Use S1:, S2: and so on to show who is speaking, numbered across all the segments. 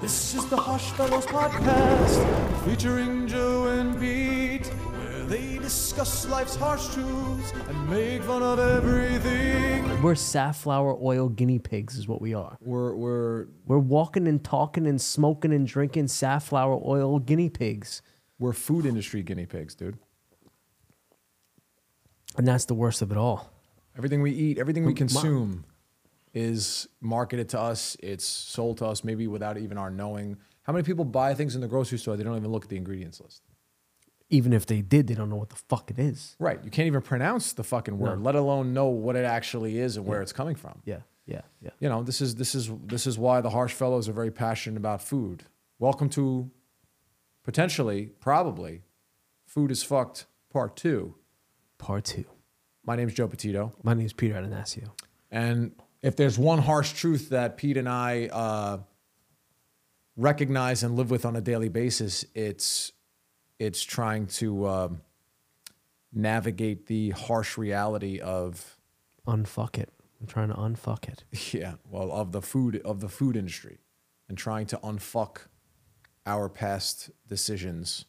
S1: This is the Hush Fellows podcast featuring Joe and Pete, where they discuss life's harsh truths and make fun of everything.
S2: We're safflower oil guinea pigs, is what we are.
S1: We're we're
S2: We're walking and talking and smoking and drinking safflower oil guinea pigs.
S1: we're food industry guinea pigs, dude.
S2: And that's the worst of it all.
S1: Everything we eat, everything we consume is marketed to us. It's sold to us, maybe without even our knowing. How many people buy things in the grocery store? They don't even look at the ingredients list.
S2: Even if they did, they don't know what the fuck it is.
S1: Right. You can't even pronounce the fucking word,
S2: No.
S1: let alone know what it actually is and where it's coming from.
S2: Yeah, yeah, yeah.
S1: you know this is this is this is why the harsh fellows are very passionate about food welcome to potentially probably food is fucked part two
S2: Part two.
S1: my name's joe petito
S2: My name's Peter Adonasio.
S1: and if there's one harsh truth that pete and i uh, recognize and live with on a daily basis it's it's trying to um, navigate the harsh reality of
S2: Unfuck it. I'm trying to unfuck it.
S1: Yeah, well, of the food of the food industry, and trying to unfuck our past decisions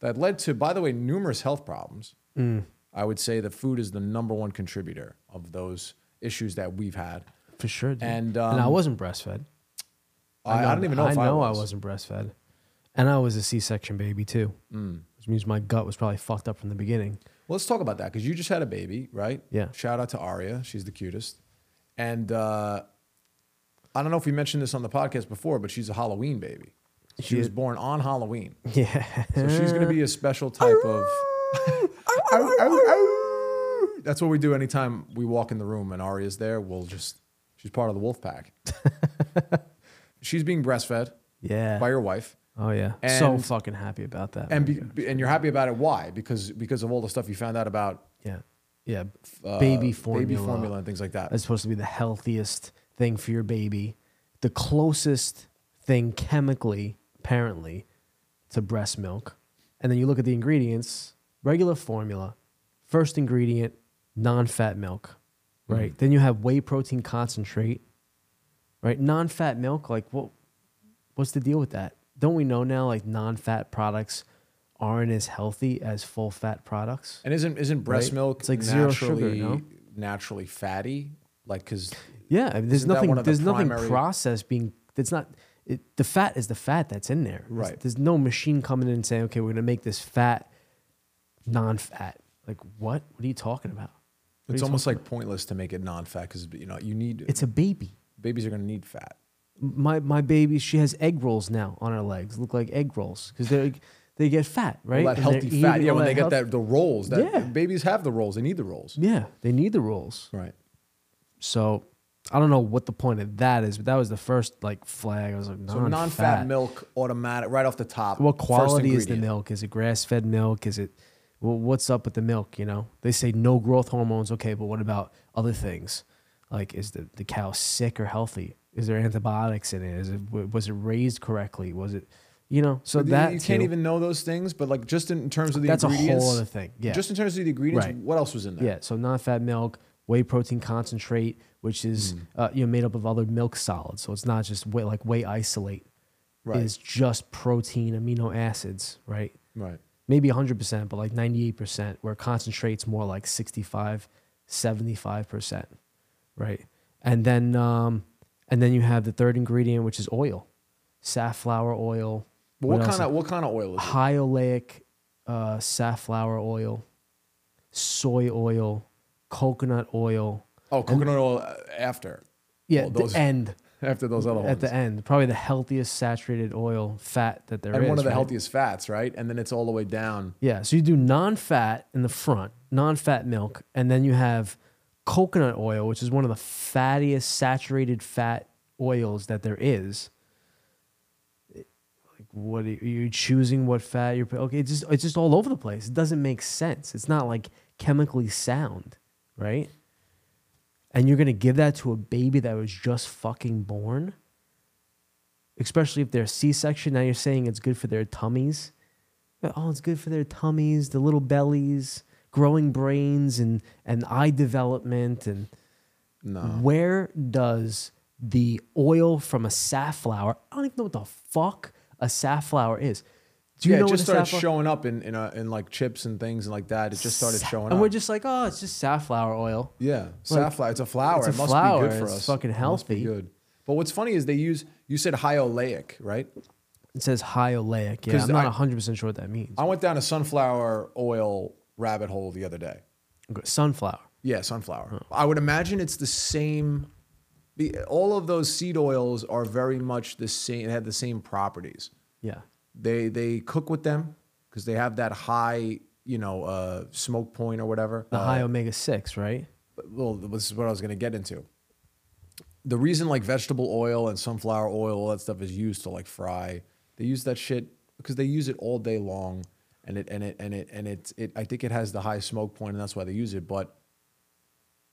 S1: that led to, by the way, numerous health problems.
S2: Mm.
S1: I would say that food is the number one contributor of those issues that we've had.
S2: For sure, dude.
S1: And,
S2: and I
S1: um,
S2: wasn't breastfed.
S1: I, I,
S2: know-
S1: don't even know
S2: I
S1: if
S2: know
S1: I was.
S2: I wasn't breastfed. And I was a C section baby too.
S1: Hmm.
S2: Mm. Which means my gut was probably fucked up from the beginning.
S1: Well, let's talk about that because you just had a baby, right?
S2: Yeah.
S1: Shout out to Aria. She's the cutest. And uh, I don't know if we mentioned this on the podcast before, but she's a Halloween baby. She,
S2: She-
S1: was born on Halloween.
S2: Yeah.
S1: So she's going to be a special type of. Ow, ow, ow. That's what we do anytime we walk in the room and Aria's there. We'll just. She's part of the wolf pack. she's being breastfed
S2: yeah.
S1: by your wife.
S2: Oh yeah, so
S1: And-
S2: fucking happy about that.
S1: And,
S2: man.
S1: be, be- and you're happy about it. Why? Because because of all the stuff you found out about
S2: yeah, yeah,
S1: uh,
S2: baby formula.
S1: baby formula, and things like that.
S2: is supposed to be the healthiest thing for your baby, the closest thing chemically, apparently, to breast milk. And then you look at the ingredients: regular formula, first ingredient, non-fat milk, right? Then you have whey protein concentrate, right? Non-fat milk, like what? What's the deal with that? Don't we know now? Like non-fat products aren't as healthy as full-fat products.
S1: And isn't isn't breast
S2: Right?
S1: milk
S2: It's like zero sugar,
S1: naturally
S2: no?
S1: naturally fatty? Like because
S2: Yeah, I mean, there's
S1: Isn't that
S2: nothing.
S1: one of the
S2: there's nothing
S1: primary-
S2: processed being. It's not. It, the fat is the fat that's in there. There's-
S1: Right.
S2: There's, no machine coming in and saying, "Okay, we're gonna make this fat non-fat." Like what? What are you talking about? What are
S1: it's
S2: you
S1: almost like pointless to make it non-fat because you know you need
S2: talking- it's a baby.
S1: babies are going to need fat.
S2: My my baby, she has egg rolls now on her legs. Look like egg rolls because they they get fat, right?
S1: All that
S2: And they're
S1: healthy
S2: eating
S1: fat. Yeah,
S2: all
S1: when they get
S2: health-
S1: that the rolls. That
S2: Yeah.
S1: babies have the rolls. They need the rolls.
S2: Yeah, they need the rolls.
S1: Right.
S2: So I don't know what the point of that is, but that was the first like flag. I was like,
S1: So non-fat milk automatic right off the top.
S2: what
S1: first
S2: quality is the
S1: ingredient.
S2: milk? Is it grass fed milk? Is it well, what's up with the milk? You know, they say no growth hormones. Okay, but what about other things? Like, is the, the cow sick or healthy? Is there antibiotics in it? Is it w- was it raised correctly? Was it, you know? So
S1: But you-
S2: that
S1: you can't
S2: too.
S1: even know those things, but like just in terms of the
S2: That's a whole
S1: ingredients,
S2: other thing, yeah.
S1: Just in terms of the ingredients,
S2: Right.
S1: what else was in there?
S2: yeah. So non fat milk, whey protein concentrate, which is
S1: Hmm.
S2: uh, you know made up of other milk solids. So it's not just whey, like whey isolate.
S1: Right.
S2: Is just protein amino acids, right?
S1: Right.
S2: maybe 100% but like 98% where concentrates more like 65 75% right and then um, and then you have the third ingredient which is oil safflower oil
S1: But what,
S2: else?
S1: kind of what kind of oil is it?
S2: high oleic uh, safflower oil soy oil coconut oil
S1: Oh, coconut oil uh, after.
S2: yeah
S1: Well,
S2: the
S1: those-
S2: end
S1: after those other ones.
S2: at the end probably the healthiest saturated oil fat that there is.
S1: and one of the
S2: right?
S1: healthiest fats, right? And then it's all the way down.
S2: Yeah, so you do non-fat in the front, non-fat milk, and then you have coconut oil, which is one of the fattiest saturated fat oils that there is. Like, what are you, are you choosing? What fat you're put- okay? It's just it's just all over the place. It doesn't make sense. It's not like chemically sound, right? And you're gonna give that to a baby that was just fucking born, especially if they're C-section. Now you're saying it's good for their tummies. But, oh, it's good for their tummies, the little bellies, growing brains, and, and eye development. And
S1: No.
S2: where does the oil from a safflower. I don't even know what the fuck a safflower is. Do you
S1: yeah,
S2: know
S1: it
S2: what
S1: just
S2: a
S1: started
S2: safflower?
S1: showing up in in, uh in like chips and things and like that. It just started
S2: Sa-
S1: showing
S2: And we're
S1: up.
S2: just like, oh, it's just safflower oil.
S1: Yeah, safflower. It's a flower.
S2: it's a
S1: it must be
S2: flower.
S1: good for
S2: It's
S1: us.
S2: fucking
S1: It must be
S2: healthy.
S1: good. But what's funny is they use you said high oleic, right?
S2: It says high oleic. Yeah,
S1: 'Cause
S2: I'm not
S1: I-
S2: 100% sure what that means.
S1: I went down a sunflower oil rabbit hole the other day.
S2: Sunflower.
S1: Yeah, sunflower. I would imagine it's the same. the- All of those seed oils are very much the same. Have the same properties.
S2: Yeah.
S1: They they cook with them because they have that high, you know, uh, smoke point or whatever.
S2: The
S1: Uh,
S2: high omega 6, right?
S1: well, this is what I was going to get into. The reason like vegetable oil and sunflower oil, all that stuff is used to like fry. They use that shit because they use it all day long, and it and it and it and it, it. I think it has the high smoke point, and that's why they use it. But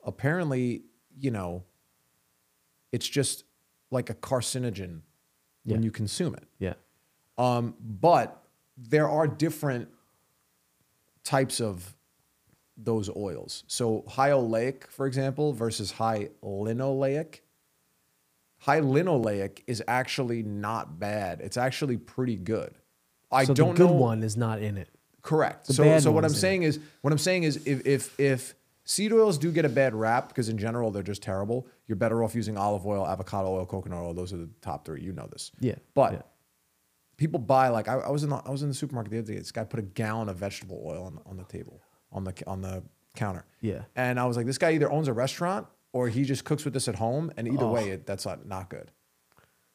S1: apparently, you know, it's just like a carcinogen
S2: Yeah.
S1: when you consume it.
S2: Yeah.
S1: Um, but there are different types of those oils. So high oleic, for example, versus high linoleic. High linoleic is actually not bad. It's actually pretty good. I
S2: so
S1: don't
S2: the good
S1: know.
S2: one is not in it.
S1: Correct.
S2: The
S1: So,
S2: bad
S1: so what I'm
S2: ones in
S1: saying is, what I'm saying is, if if if seed oils do get a bad rap because in general they're just terrible, you're better off using olive oil, avocado oil, coconut oil. Those are the top three. You know this.
S2: Yeah,
S1: But
S2: yeah.
S1: people buy like I, I was in the, I was in the supermarket the other day. This guy put a gallon of vegetable oil on, on the table on the on the counter.
S2: Yeah.
S1: And I was like, this guy either owns a restaurant or he just cooks with this at home. And either way, it, that's not, not good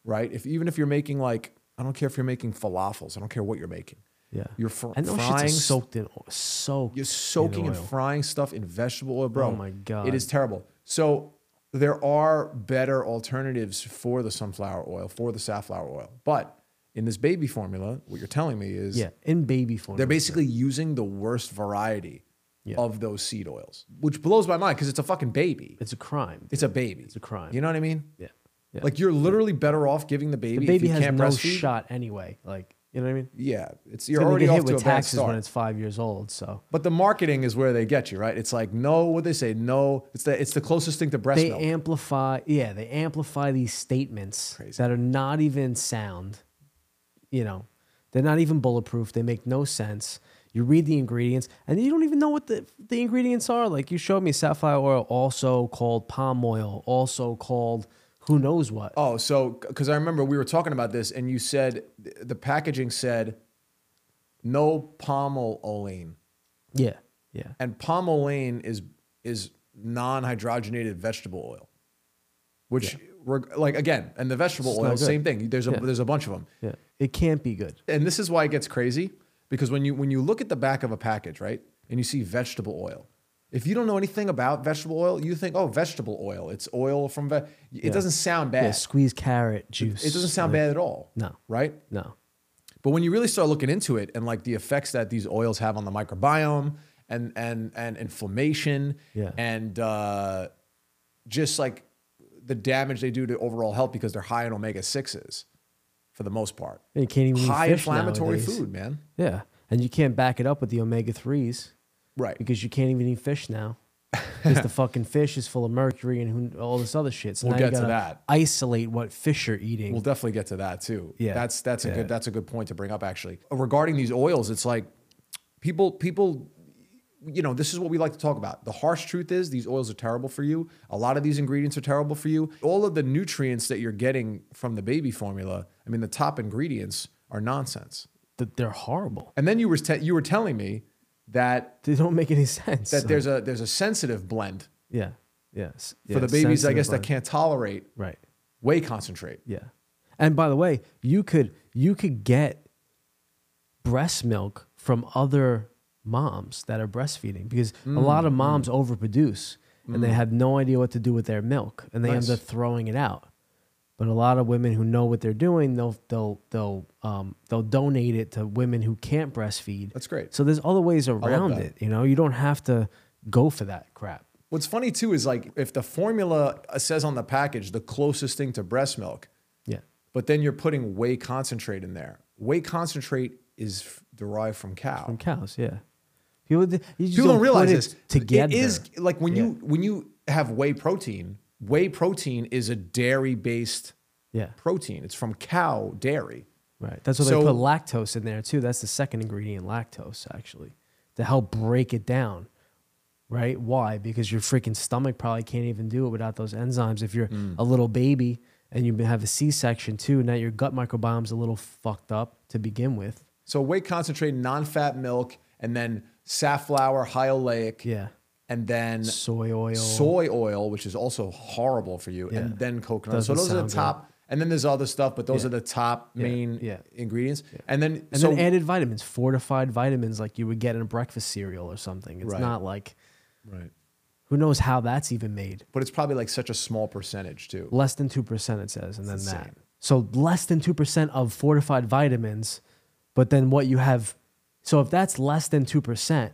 S1: right? If even if you're making like, I don't care if you're making falafels. I don't care what you're making.
S2: Yeah.
S1: you're fr-
S2: and those shits are
S1: frying. Soak-
S2: soaked in oil. Soaked.
S1: you're soaking
S2: in
S1: and
S2: oil.
S1: frying stuff in vegetable oil, bro.
S2: Oh my God.
S1: it is terrible. So there are better alternatives for the sunflower oil, for the safflower oil, but in this baby formula, what you're telling me is
S2: Yeah, in baby form.
S1: they're basically using the worst variety
S2: Yeah.
S1: of those seed oils, which blows my mind because it's a fucking baby.
S2: it's a crime.
S1: It's a baby. It's
S2: a crime.
S1: You know what I mean?
S2: yeah. yeah.
S1: Like you're literally better off giving the baby.
S2: the
S1: if
S2: baby
S1: you
S2: has
S1: can't
S2: no
S1: breastfeed,
S2: shot anyway. Like, you know what I mean?
S1: Yeah, it's
S2: It's
S1: you're
S2: gonna
S1: already
S2: get
S1: off
S2: hit
S1: to a
S2: with
S1: bad
S2: taxes when
S1: start.
S2: it's five years old. So
S1: But the marketing is where they get you, right? It's like no, what they say, no. It's the it's the closest thing to breast
S2: they
S1: milk.
S2: amplify. Yeah, they amplify these statements
S1: Crazy.
S2: that are not even sound. You know, they're not even bulletproof. They make no sense. You read the ingredients, and you don't even know what the, the ingredients are. Like you showed me safflower oil, also called palm oil, also called who knows what.
S1: oh, so because I remember we were talking about this, and you said th- the packaging said no palmolene,
S2: Yeah, yeah.
S1: and palmolene is is non-hydrogenated vegetable oil, which reg- like again, and the vegetable
S2: It's not
S1: oil,
S2: good.
S1: same thing. There's a
S2: Yeah.
S1: there's a bunch of them.
S2: Yeah. It can't be good.
S1: and this is why it gets crazy because when you when you look at the back of a package, right, and you see vegetable oil, if you don't know anything about vegetable oil, you think, oh, vegetable oil, it's oil from ve-. It doesn't sound bad.
S2: Yeah, squeeze carrot juice.
S1: It doesn't sound bad at all.
S2: No.
S1: right?
S2: No.
S1: But when you really start looking into it and like the effects that these oils have on the microbiome and and and inflammation
S2: Yeah.
S1: and uh, just like the damage they do to overall health because they're high in omega sixes for the most part.
S2: And you can't even eat
S1: High
S2: fish
S1: inflammatory
S2: nowadays.
S1: food, man.
S2: Yeah, and you can't back it up with the omega threes
S1: Right.
S2: because you can't even eat fish now. Because the fucking fish is full of mercury and who, all this other shit. So
S1: We'll
S2: now
S1: get
S2: you
S1: to
S2: gotta
S1: that.
S2: isolate what fish you're eating.
S1: We'll definitely get to that too.
S2: Yeah.
S1: that's that's a
S2: Yeah.
S1: good that's a good point to bring up actually. Regarding these oils, it's like people people you know this is what we like to talk about. The harsh truth is these oils are terrible for you. A lot of these ingredients are terrible for you. All of the nutrients that you're getting from the baby formula, I mean, the top ingredients are nonsense.
S2: Th- They're horrible.
S1: And then you were te- you were telling me that
S2: They don't make any sense.
S1: that
S2: So-
S1: there's a there's a sensitive blend
S2: yeah, yes
S1: for the babies, I guess, that can't tolerate
S2: right.
S1: whey concentrate.
S2: Yeah. And by the way, you could you could get breast milk from other moms that are breastfeeding because
S1: Mm,
S2: a lot of moms overproduce and they have no idea what to do with their milk and they
S1: Nice.
S2: end up throwing it out. But a lot of women who know what they're doing, they'll they'll they'll um, they'll donate it to women who can't breastfeed.
S1: That's great.
S2: So there's other ways around
S1: that.
S2: it. You know, you don't have to go for that crap.
S1: What's funny too is like if the formula uh, says on the package the closest thing to breast milk,
S2: Yeah.
S1: but then you're putting whey concentrate in there. Whey concentrate is f- derived from cow.
S2: From cows, yeah. People, you just
S1: People don't
S2: put
S1: realize
S2: it
S1: this.
S2: together.
S1: It is like when
S2: Yeah.
S1: you when you have whey protein, Whey protein is a dairy based
S2: Yeah.
S1: protein, it's from cow dairy.
S2: Right. That's why
S1: So-
S2: they put lactose in there too. That's the second ingredient, lactose, actually, to help break it down. Right? Why? Because your freaking stomach probably can't even do it without those enzymes. If you're
S1: Mm.
S2: a little baby and you have a C section too, now your gut microbiome's a little fucked up to begin with.
S1: So whey concentrate, non fat milk, and then safflower, high oleic,
S2: Yeah.
S1: and then
S2: Soy oil.
S1: soy oil, which is also horrible for you,
S2: Yeah.
S1: and then coconut. oil. so
S2: Doesn't
S1: those are the
S2: sound
S1: top. And then there's other stuff, but those
S2: Yeah.
S1: are the top main
S2: Yeah.
S1: ingredients. And then
S2: and
S1: so
S2: then added vitamins, fortified vitamins like you would get in a breakfast cereal or something. It's
S1: Right.
S2: not like
S1: right.
S2: who knows how that's even made.
S1: But it's probably like such a small percentage too.
S2: less than 2% it says and then
S1: It's
S2: that
S1: insane.
S2: so less than 2% of fortified vitamins but then what you have so if that's less than 2%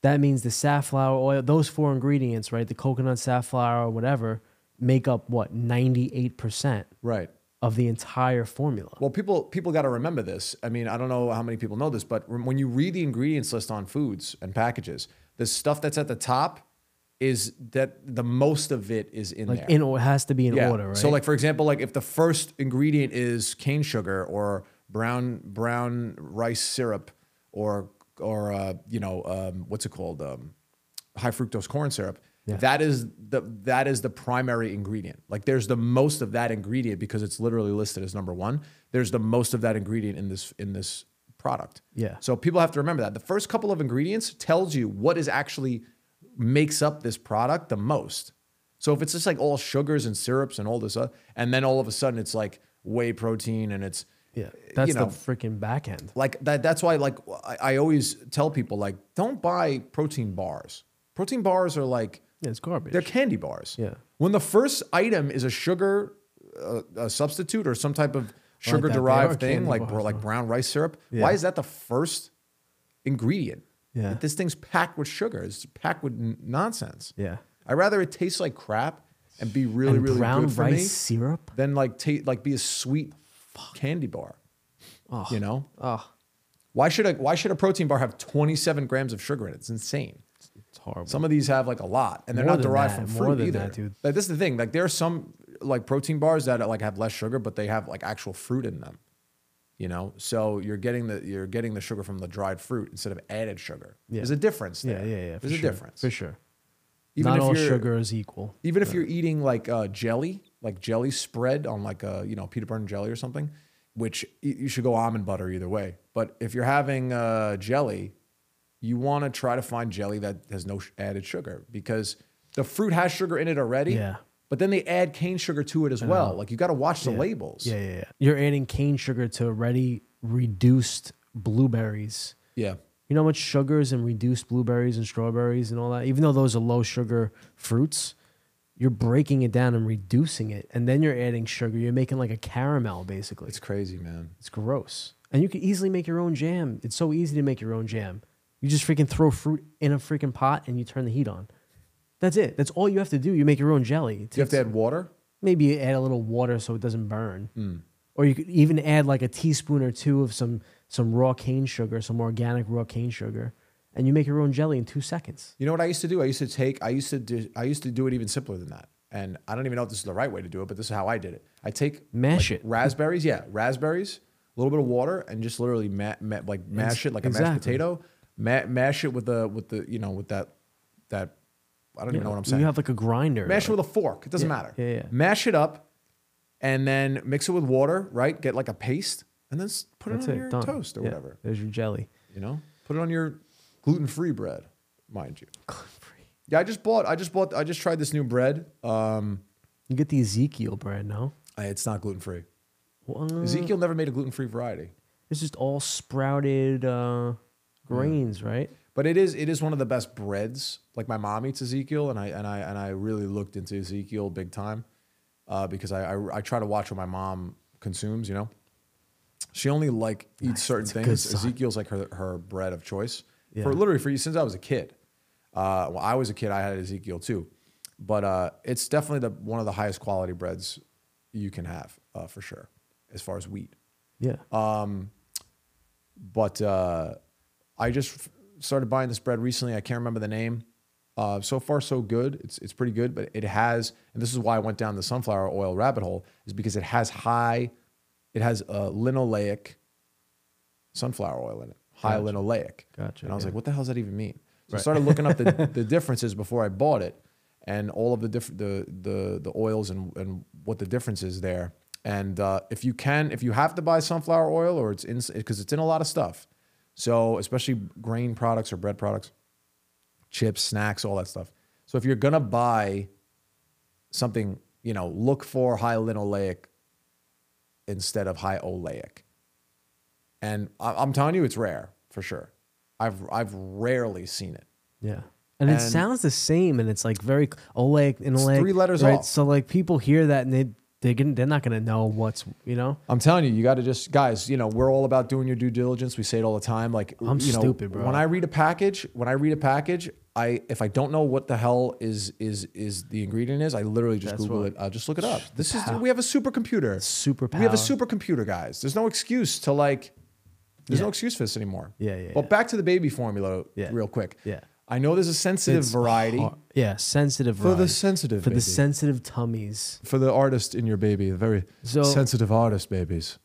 S2: that means the safflower oil those four ingredients right the coconut safflower or whatever make up what 98%
S1: Right.
S2: of the entire formula
S1: Well, people people got to remember this. I mean, I don't know how many people know this, but rem- when you read the ingredients list on foods and packages, the stuff that's at the top is that the most of it is in
S2: like
S1: there.
S2: in or- it has to be in order right
S1: So, like for example, like if the first ingredient is cane sugar or brown brown rice syrup or or uh, you know um, what's it called um, high fructose corn syrup,
S2: Yeah.
S1: that is the that is the primary ingredient. Like there's the most of that ingredient because it's literally listed as number one. There's the most of that ingredient in this in this product.
S2: Yeah.
S1: So people have to remember that the first couple of ingredients tells you what is actually makes up this product the most. So if it's just like all sugars and syrups and all this, uh, and then all of a sudden it's like whey protein and it's
S2: yeah that's
S1: you know,
S2: the freaking back end
S1: like that. That's why like I, I always tell people like don't buy protein bars. Protein bars are like
S2: yeah it's garbage
S1: they're candy bars.
S2: Yeah.
S1: When the first item is a sugar uh, a substitute or some type of
S2: that. They
S1: sugar
S2: are
S1: derived thing,
S2: candy
S1: like
S2: bars,
S1: like brown rice syrup,
S2: Yeah.
S1: why is that the first ingredient?
S2: Yeah.
S1: That This thing's packed with sugar. It's packed with n- nonsense.
S2: yeah
S1: I rather it tastes like crap and be really
S2: and
S1: really
S2: brown
S1: good for
S2: rice
S1: me
S2: syrup
S1: than like ta- like be a sweet candy bar. You know.
S2: oh
S1: Why should a why should a protein bar have 27 grams of sugar in it? It's insane.
S2: it's horrible
S1: Some of these have like a lot, and they're
S2: More
S1: not
S2: than
S1: derived
S2: that,
S1: from
S2: more
S1: fruit
S2: than
S1: either.
S2: that, dude.
S1: Like this is the thing. Like there are some like protein bars that like have less sugar, but they have like actual fruit in them. You know, so you're getting the you're getting the sugar from the dried fruit instead of added sugar.
S2: Yeah.
S1: There's a difference there.
S2: yeah yeah yeah for
S1: There's a
S2: sure,
S1: difference.
S2: for sure
S1: Even
S2: not
S1: if
S2: all
S1: you're,
S2: sugar is equal
S1: Even if you're eating like uh, jelly, like jelly spread on like a you know peanut butter and jelly or something, which y- you should go almond butter either way. But if you're having uh, jelly, you want to try to find jelly that has no sh- added sugar because the fruit has sugar in it already.
S2: Yeah.
S1: But then they add cane sugar to it as well. Like you got to watch the labels.
S2: Yeah, yeah, yeah. You're adding cane sugar to already reduced blueberries.
S1: Yeah.
S2: You know how much sugars and reduced blueberries and strawberries and all that? Even though those are low sugar fruits, you're breaking it down and reducing it. And then you're adding sugar. You're making like a caramel, basically.
S1: It's
S2: It's,
S1: crazy, man.
S2: gross. And you can easily make your own jam. It's so easy to make your own jam. You just freaking throw fruit in a freaking pot and you turn the heat on. That's it. That's all you have to do. You make your own jelly. It
S1: Do you have to
S2: takes-
S1: add water?
S2: maybe you add a little water so it doesn't burn.
S1: Mm.
S2: Or you could even add like a teaspoon or two of some some raw cane sugar, some organic raw cane sugar, and you make your own jelly in two seconds.
S1: You know what I used to do? I used to take, I used to do, I used to do it even simpler than that. And I don't even know if this is the right way to do it, but this is how I did it. I take
S2: Mash it.
S1: raspberries, yeah, raspberries, a little bit of water, and just literally ma- ma- like mash it like a mashed
S2: exactly.
S1: potato. Ma- mash it with the with the you know with that that I don't even know what I'm saying.
S2: You have like a grinder.
S1: mash it
S2: like-
S1: with a fork. It doesn't
S2: Yeah,
S1: matter.
S2: yeah, yeah.
S1: Mash it up, and then mix it with water. Right, get like a paste, and then s- put
S2: that's
S1: it on
S2: it,
S1: mm, your
S2: done.
S1: toast or
S2: Yeah,
S1: whatever.
S2: There's your jelly.
S1: You know, put it on your gluten free bread, mind you. Yeah, I just bought. I just bought. I just tried this new bread. Um,
S2: You get the Ezekiel bread, no?
S1: I- it's not gluten free.
S2: What?
S1: Ezekiel never made a gluten free variety,
S2: It's just all sprouted uh, grains, right?
S1: but it is. It is one of the best breads. Like my mom eats Ezekiel, and I and I and I really looked into Ezekiel big time uh, because I, I I try to watch what my mom consumes. You know, she only like eats certain
S2: that's a good
S1: things.
S2: sign.
S1: Ezekiel's like her her bread of choice
S2: Yeah.
S1: for literally for since I was a kid. Uh, well, I was a kid. I had Ezekiel too, but uh, it's definitely the one of the highest quality breads you can have uh, for sure, as far as wheat.
S2: Yeah.
S1: But uh, I just f- started buying this bread recently. I can't remember the name. Uh, so far, so good. It's it's pretty good, but it has, and this is why I went down the sunflower oil rabbit hole, is because it has high, it has uh, linoleic sunflower oil in it, high
S2: Gotcha.
S1: linoleic.
S2: Gotcha,
S1: And I was
S2: yeah.
S1: like, what the hell does that even mean? So I
S2: Right.
S1: started looking up the, the differences before I bought it, and all of the diff- the the the oils and and what the difference is there. And uh, if you can, if you have to buy sunflower oil, or it's in because it's in a lot of stuff, so especially grain products or bread products chips, snacks, all that stuff. So if you're gonna buy something, you know, look for high linoleic instead of high oleic. And I- I'm telling you, it's rare for sure. I've I've rarely seen it.
S2: Yeah. And,
S1: And-
S2: it sounds the same, and it's like very oleic and
S1: It's
S2: oleic.
S1: three letters
S2: right?
S1: off.
S2: So like people hear that and they they're gonna, they're not gonna know what's you know.
S1: I'm telling you, you got to just, guys. You know, we're all about doing your due diligence. We say it all the time. Like,
S2: I'm
S1: you know,
S2: stupid, bro.
S1: When I read a package, when I read a package, I if I don't know what the hell is is is the ingredient is, I literally just
S2: That's
S1: Google
S2: what-
S1: it. I'll just look it up. This is we have a supercomputer.
S2: Superpower.
S1: We have a supercomputer, guys. There's no excuse to like. There's
S2: Yeah.
S1: no excuse for this anymore.
S2: Yeah, yeah,
S1: But
S2: yeah.
S1: back to the baby formula,
S2: Yeah.
S1: real quick.
S2: Yeah.
S1: I know there's a sensitive variety
S2: Har- yeah, sensitive
S1: for the
S2: variety.
S1: sensitive
S2: for
S1: baby.
S2: the sensitive tummies.
S1: for the artist in your baby, the very
S2: So-
S1: sensitive artist babies.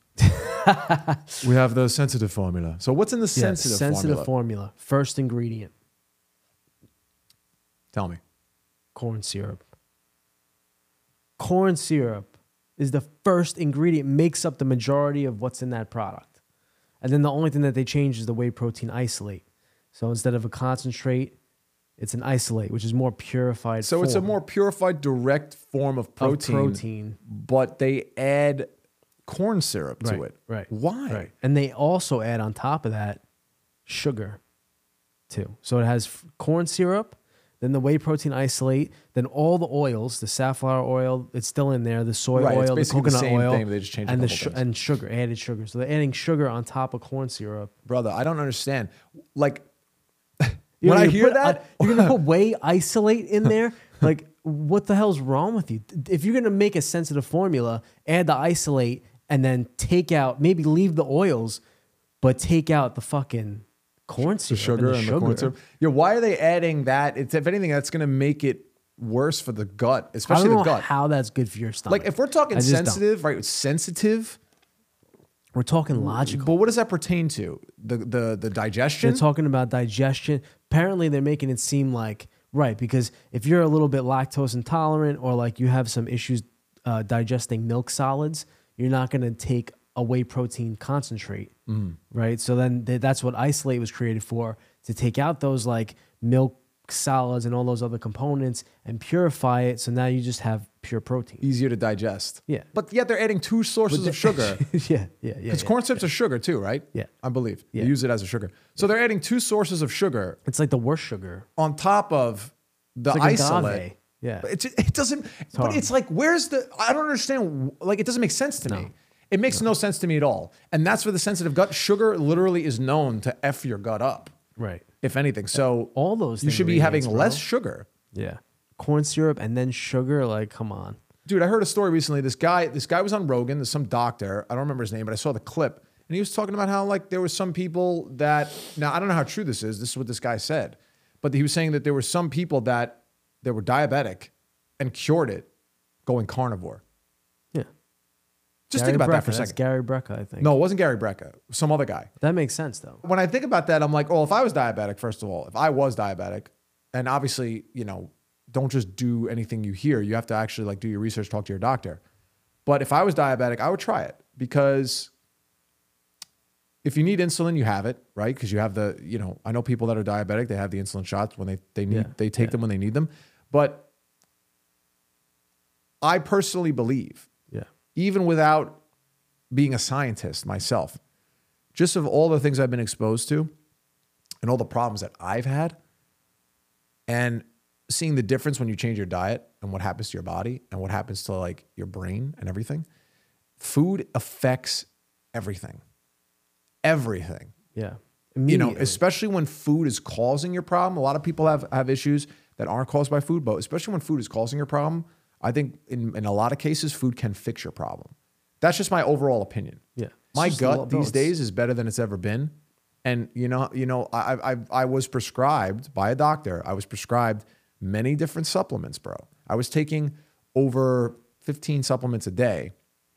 S1: we have the sensitive formula. So what's in the
S2: Yeah,
S1: sensitive,
S2: sensitive
S1: formula?
S2: formula. First ingredient,
S1: Tell me.
S2: corn syrup. Corn syrup is the first ingredient, makes up the majority of what's in that product. And then the only thing that they change is the whey protein isolate. So instead of a concentrate, it's an isolate, which is more purified.
S1: So it's a
S2: form
S1: more purified, direct form of
S2: of
S1: protein,
S2: protein.
S1: but they add corn syrup to it.
S2: Right.
S1: Why?
S2: Right. And they also add on top of that sugar too. So it has f- corn syrup, then the whey protein isolate, then all the oils, the safflower oil, it's still in there, the soy
S1: Right, it's
S2: oil, the
S1: basically the
S2: coconut
S1: same
S2: oil,
S1: thing, but they just changed a
S2: and the
S1: couple things.
S2: and sugar, added sugar. So they're adding sugar on top of corn syrup.
S1: Brother, I don't understand. Like
S2: You're
S1: when I
S2: gonna
S1: hear
S2: put-
S1: that, oh,
S2: you're gonna put whey isolate in there. Like, what the hell's wrong with you? If you're gonna make a sensitive formula, add the isolate and then take out, maybe leave the oils, but take out the fucking corn syrup,
S1: sugar
S2: the
S1: and the corn syrup. Yeah, why are they adding that? It's if anything, that's gonna make it worse for the gut,
S2: I don't
S1: especially
S2: know
S1: the gut.
S2: how that's good for your stomach.
S1: like if we're talking
S2: I just don't.
S1: sensitive, right? Sensitive.
S2: we're talking logical.
S1: But what does that pertain to? The the the digestion?
S2: They're talking about digestion. Apparently, they're making it seem like right because if you're a little bit lactose intolerant or like you have some issues uh, digesting milk solids, you're not going to take a whey protein concentrate,
S1: Mm.
S2: right? So then th- that's what isolate was created for to take out those like milk solids and all those other components and purify it. So now you just have pure protein.
S1: Easier to digest.
S2: Yeah.
S1: But yet they're adding two sources of sugar.
S2: yeah, yeah, yeah.
S1: Because
S2: yeah.
S1: corn syrups are sugar too, right?
S2: Yeah.
S1: I believe.
S2: Yeah.
S1: They use it as a sugar. So they're adding two sources of sugar
S2: it's like the worst sugar.
S1: on top of the
S2: like agave.
S1: isolate.
S2: Yeah.
S1: But It, it doesn't, but
S2: horrible.
S1: it's like, where's the, I don't understand. Like, it doesn't make sense to me. It makes no. sense to me at all. And that's for the sensitive gut. Sugar literally is known to F your gut up,
S2: Right.
S1: if anything. So
S2: All those
S1: you should be having
S2: ingredients, bro.
S1: less sugar.
S2: Yeah. Corn syrup and then sugar, like come on.
S1: dude i heard a story recently this guy this guy was on rogan there's some doctor i don't remember his name but i saw the clip and he was talking about how like there was some people that now i don't know how true this is this is what this guy said but he was saying that there were some people that that were diabetic and cured it going carnivore
S2: Yeah.
S1: just
S2: Gary
S1: think about
S2: Brecka,
S1: that for a
S2: that's
S1: second
S2: Gary Brecka, I think.
S1: no it wasn't gary brecka some other guy
S2: That makes sense though.
S1: when I think about that, I'm like, well, if I was diabetic, first of all, if I was diabetic, and obviously, you know, don't just do anything you hear. You have to actually like do your research, talk to your doctor. But if I was diabetic, I would try it because if you need insulin, you have it, right? Because you have the, you know, I know people that are diabetic, they have the insulin shots when they they need
S2: Yeah,
S1: they take them when they need them. But I personally believe
S2: Yeah.
S1: even without being a scientist myself, just of all the things I've been exposed to and all the problems that I've had, and seeing the difference when you change your diet and what happens to your body and what happens to like your brain and everything, food affects everything. Everything
S2: Yeah.
S1: you know,
S2: Immediately.
S1: especially when food is causing your problem. A lot of people have have issues that aren't caused by food, but especially when food is causing your problem, I think in, in a lot of cases, food can fix your problem. That's just my overall opinion.
S2: Yeah. It's
S1: my
S2: just a
S1: gut
S2: lot- no,
S1: these
S2: it's-
S1: days is better than it's ever been, and you know, you know, I I I- I was prescribed by a doctor. I was prescribed many different supplements, bro. I was taking over 15 supplements a day.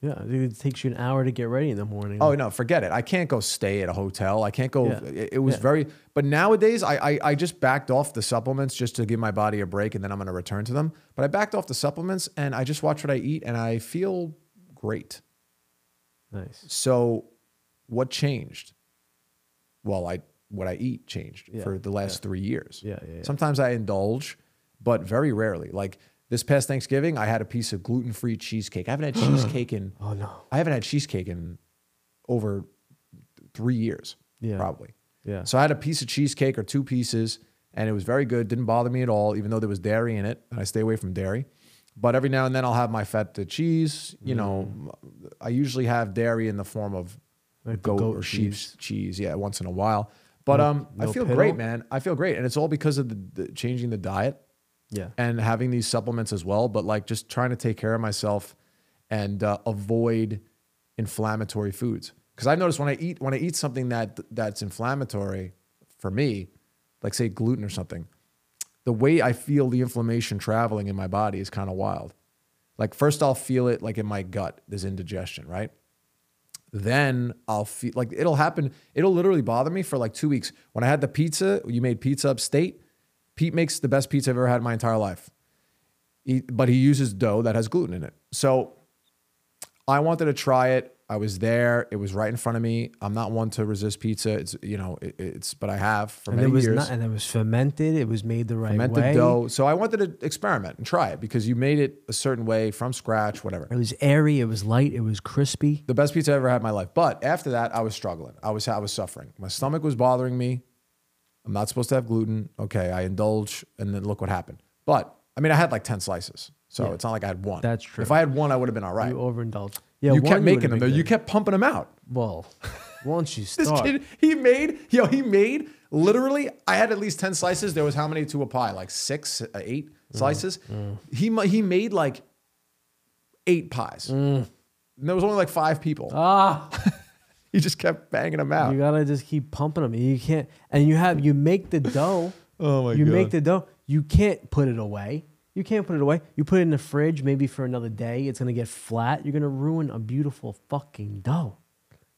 S2: Yeah, dude, it takes you an hour to get ready in the morning.
S1: Oh no, forget it. I can't go stay at a hotel. I can't go.
S2: Yeah.
S1: It, it was
S2: Yeah.
S1: very. But nowadays, I, I I just backed off the supplements just to give my body a break, and then I'm going to return to them. But I backed off the supplements, and I just watch what I eat, and I feel great.
S2: nice.
S1: So, what changed? Well, I what I eat changed
S2: Yeah,
S1: for the last three years.
S2: Yeah, yeah, yeah.
S1: Sometimes I indulge, but very rarely. Like this past Thanksgiving, I had a piece of gluten free cheesecake. I haven't had cheesecake in
S2: Oh no.
S1: I haven't had cheesecake in over three years.
S2: Yeah.
S1: probably.
S2: Yeah.
S1: So I had a piece of cheesecake or two pieces, and it was very good. Didn't bother me at all, even though there was dairy in it, and I stay away from dairy. But every now and then I'll have my feta cheese. You know, I usually have dairy in the form of
S2: Mm. Like the
S1: goat,
S2: goat
S1: or sheep's cheese. Yeah, once in a while. But um, I
S2: no
S1: feel
S2: piddle?
S1: great, man. I feel great, and it's all because of the, the changing the diet
S2: Yeah.
S1: and having these supplements as well, but like just trying to take care of myself and uh, avoid inflammatory foods. Because I've noticed when I eat when I eat something that that's inflammatory for me, like say gluten or something, the way I feel the inflammation traveling in my body is kind of wild. Like first I'll feel it like in my gut, there's indigestion, right? Then I'll feel like it'll happen. It'll literally bother me for like two weeks. When I had the pizza, you made pizza upstate. Pete makes the best pizza I've ever had in my entire life. He, but he uses dough that has gluten in it. So I wanted to try it. I was there. It was right in front of me. I'm not one to resist pizza. It's you know it, it's but I have for
S2: And
S1: many
S2: it was
S1: years
S2: not, and it was fermented. It was made the right
S1: fermented
S2: way.
S1: dough. So I wanted to experiment and try it because you made it a certain way from scratch, whatever.
S2: It was airy. It was light. It was crispy.
S1: The best pizza I ever had in my life. But after that, I was struggling. I was I was suffering. My stomach was bothering me. I'm not supposed to have gluten. Okay, I indulge, and then look what happened. But I mean, I had like ten slices, so it's not like I had one.
S2: That's true.
S1: If I had one, I would have been all right.
S2: You
S1: You,
S2: overindulged. Yeah, one
S1: kept
S2: would've
S1: making them though.
S2: been
S1: You
S2: good.
S1: kept pumping them out.
S2: well. Once you
S1: This
S2: start,
S1: kid, he made yo, he made literally. I had at least ten slices. There was how many to a pie? Like six, uh, eight
S2: Mm,
S1: slices. He mu- he made like eight pies. And there was only like five people.
S2: Mm. ah,
S1: he just kept banging them out.
S2: you gotta just keep pumping them. You can't, and you have you make the dough.
S1: Oh my
S2: You make
S1: God.
S2: the dough. You can't put it away. You can't put it away. You put it in the fridge maybe for another day. It's gonna get flat. You're gonna ruin a beautiful fucking dough.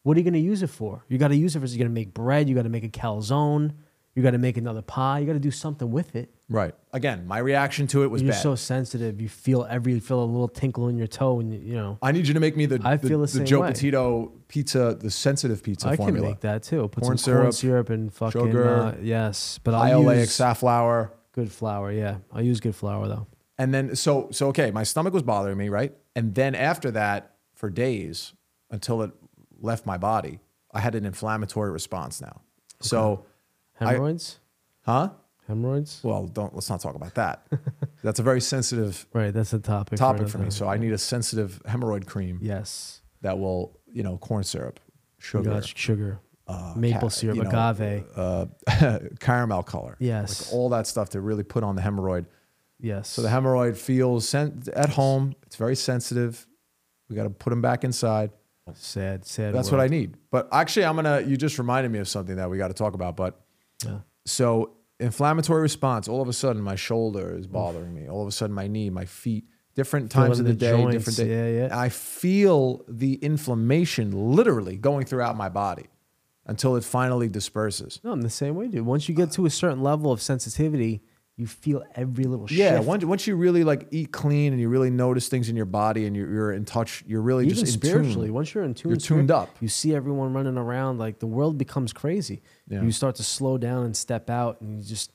S2: What are you gonna use it for? You gotta use it for. You're gonna make bread. You gotta make a calzone. You gotta make another pie. You gotta do something with it.
S1: right. Again, my reaction to it was
S2: You're
S1: bad.
S2: so sensitive. You feel every you feel a little tinkle in your toe, and you, you know.
S1: I need you to make me the
S2: I
S1: the,
S2: feel the
S1: the
S2: same
S1: Joe
S2: way.
S1: Petito pizza, the sensitive pizza
S2: I
S1: formula.
S2: can make that too. Put
S1: Corn
S2: some corn
S1: syrup,
S2: syrup and fucking
S1: sugar,
S2: uh, yes, but I'll
S1: Lyoleic
S2: use
S1: safflower.
S2: good flour. Yeah, I'll use good flour though.
S1: And then so so okay, my stomach was bothering me, right? And then after that, for days until it left my body, I had an inflammatory response now. So,
S2: Hemorrhoids,
S1: huh?
S2: hemorrhoids.
S1: Well, don't let's not talk about that. That's a very sensitive
S2: Right, that's a topic.
S1: topic
S2: another
S1: for me.
S2: time.
S1: So I need a sensitive hemorrhoid cream
S2: yes,
S1: that will, you know, corn syrup,
S2: sugar,
S1: sugar,
S2: got sugar,
S1: uh,
S2: maple
S1: ca-
S2: syrup,
S1: you know,
S2: agave.
S1: uh, caramel color.
S2: Yes.
S1: Like all that stuff to really put on the hemorrhoid.
S2: yes.
S1: So the hemorrhoid feels sen- at home. It's very sensitive. We got to put them back inside.
S2: sad, sad.
S1: That's what I need. But actually, I'm gonna. You just reminded me of something that we got to talk about. But
S2: I. Yeah.
S1: so inflammatory response. All of a sudden, my shoulder is bothering me. All of a sudden, my knee, my feet. Different times of
S2: in
S1: the,
S2: the
S1: day,
S2: joints.
S1: different day.
S2: Yeah, yeah.
S1: I feel the inflammation literally going throughout my body until it finally disperses.
S2: No, I'm the same way, dude. Once you get to a certain level of sensitivity, you feel every little
S1: Yeah,
S2: shift.
S1: once, once you really like eat clean and you really notice things in your body and you're, you're in touch, you're really
S2: even
S1: just in tune.
S2: spiritually, once you're in tune,
S1: You're tuned
S2: spirit-
S1: up.
S2: You see everyone running around, like the world becomes crazy.
S1: Yeah.
S2: You start to slow down and step out, and you just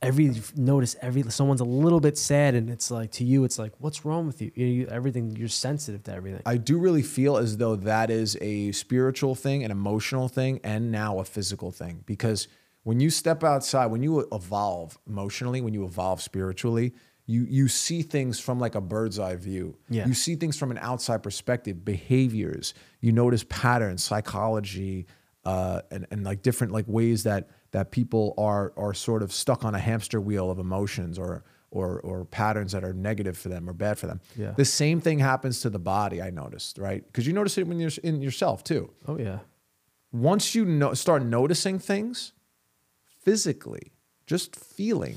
S2: every you notice every someone's a little bit sad, and it's like to you, it's like what's wrong with you? you, you everything you're sensitive to everything.
S1: I do really feel as though that is a spiritual thing, an emotional thing, and now a physical thing. Because when you step outside, when you evolve emotionally, when you evolve spiritually, you you see things from like a bird's eye view.
S2: Yeah.
S1: You see things from an outside perspective, behaviors. You notice patterns, psychology, uh, and and like different like ways that that people are are sort of stuck on a hamster wheel of emotions or. Or, or patterns that are negative for them or bad for them.
S2: Yeah.
S1: The the same thing happens to the body i noticed right because you notice it when you're in yourself too
S2: oh yeah,
S1: once you no- start noticing things physically just feeling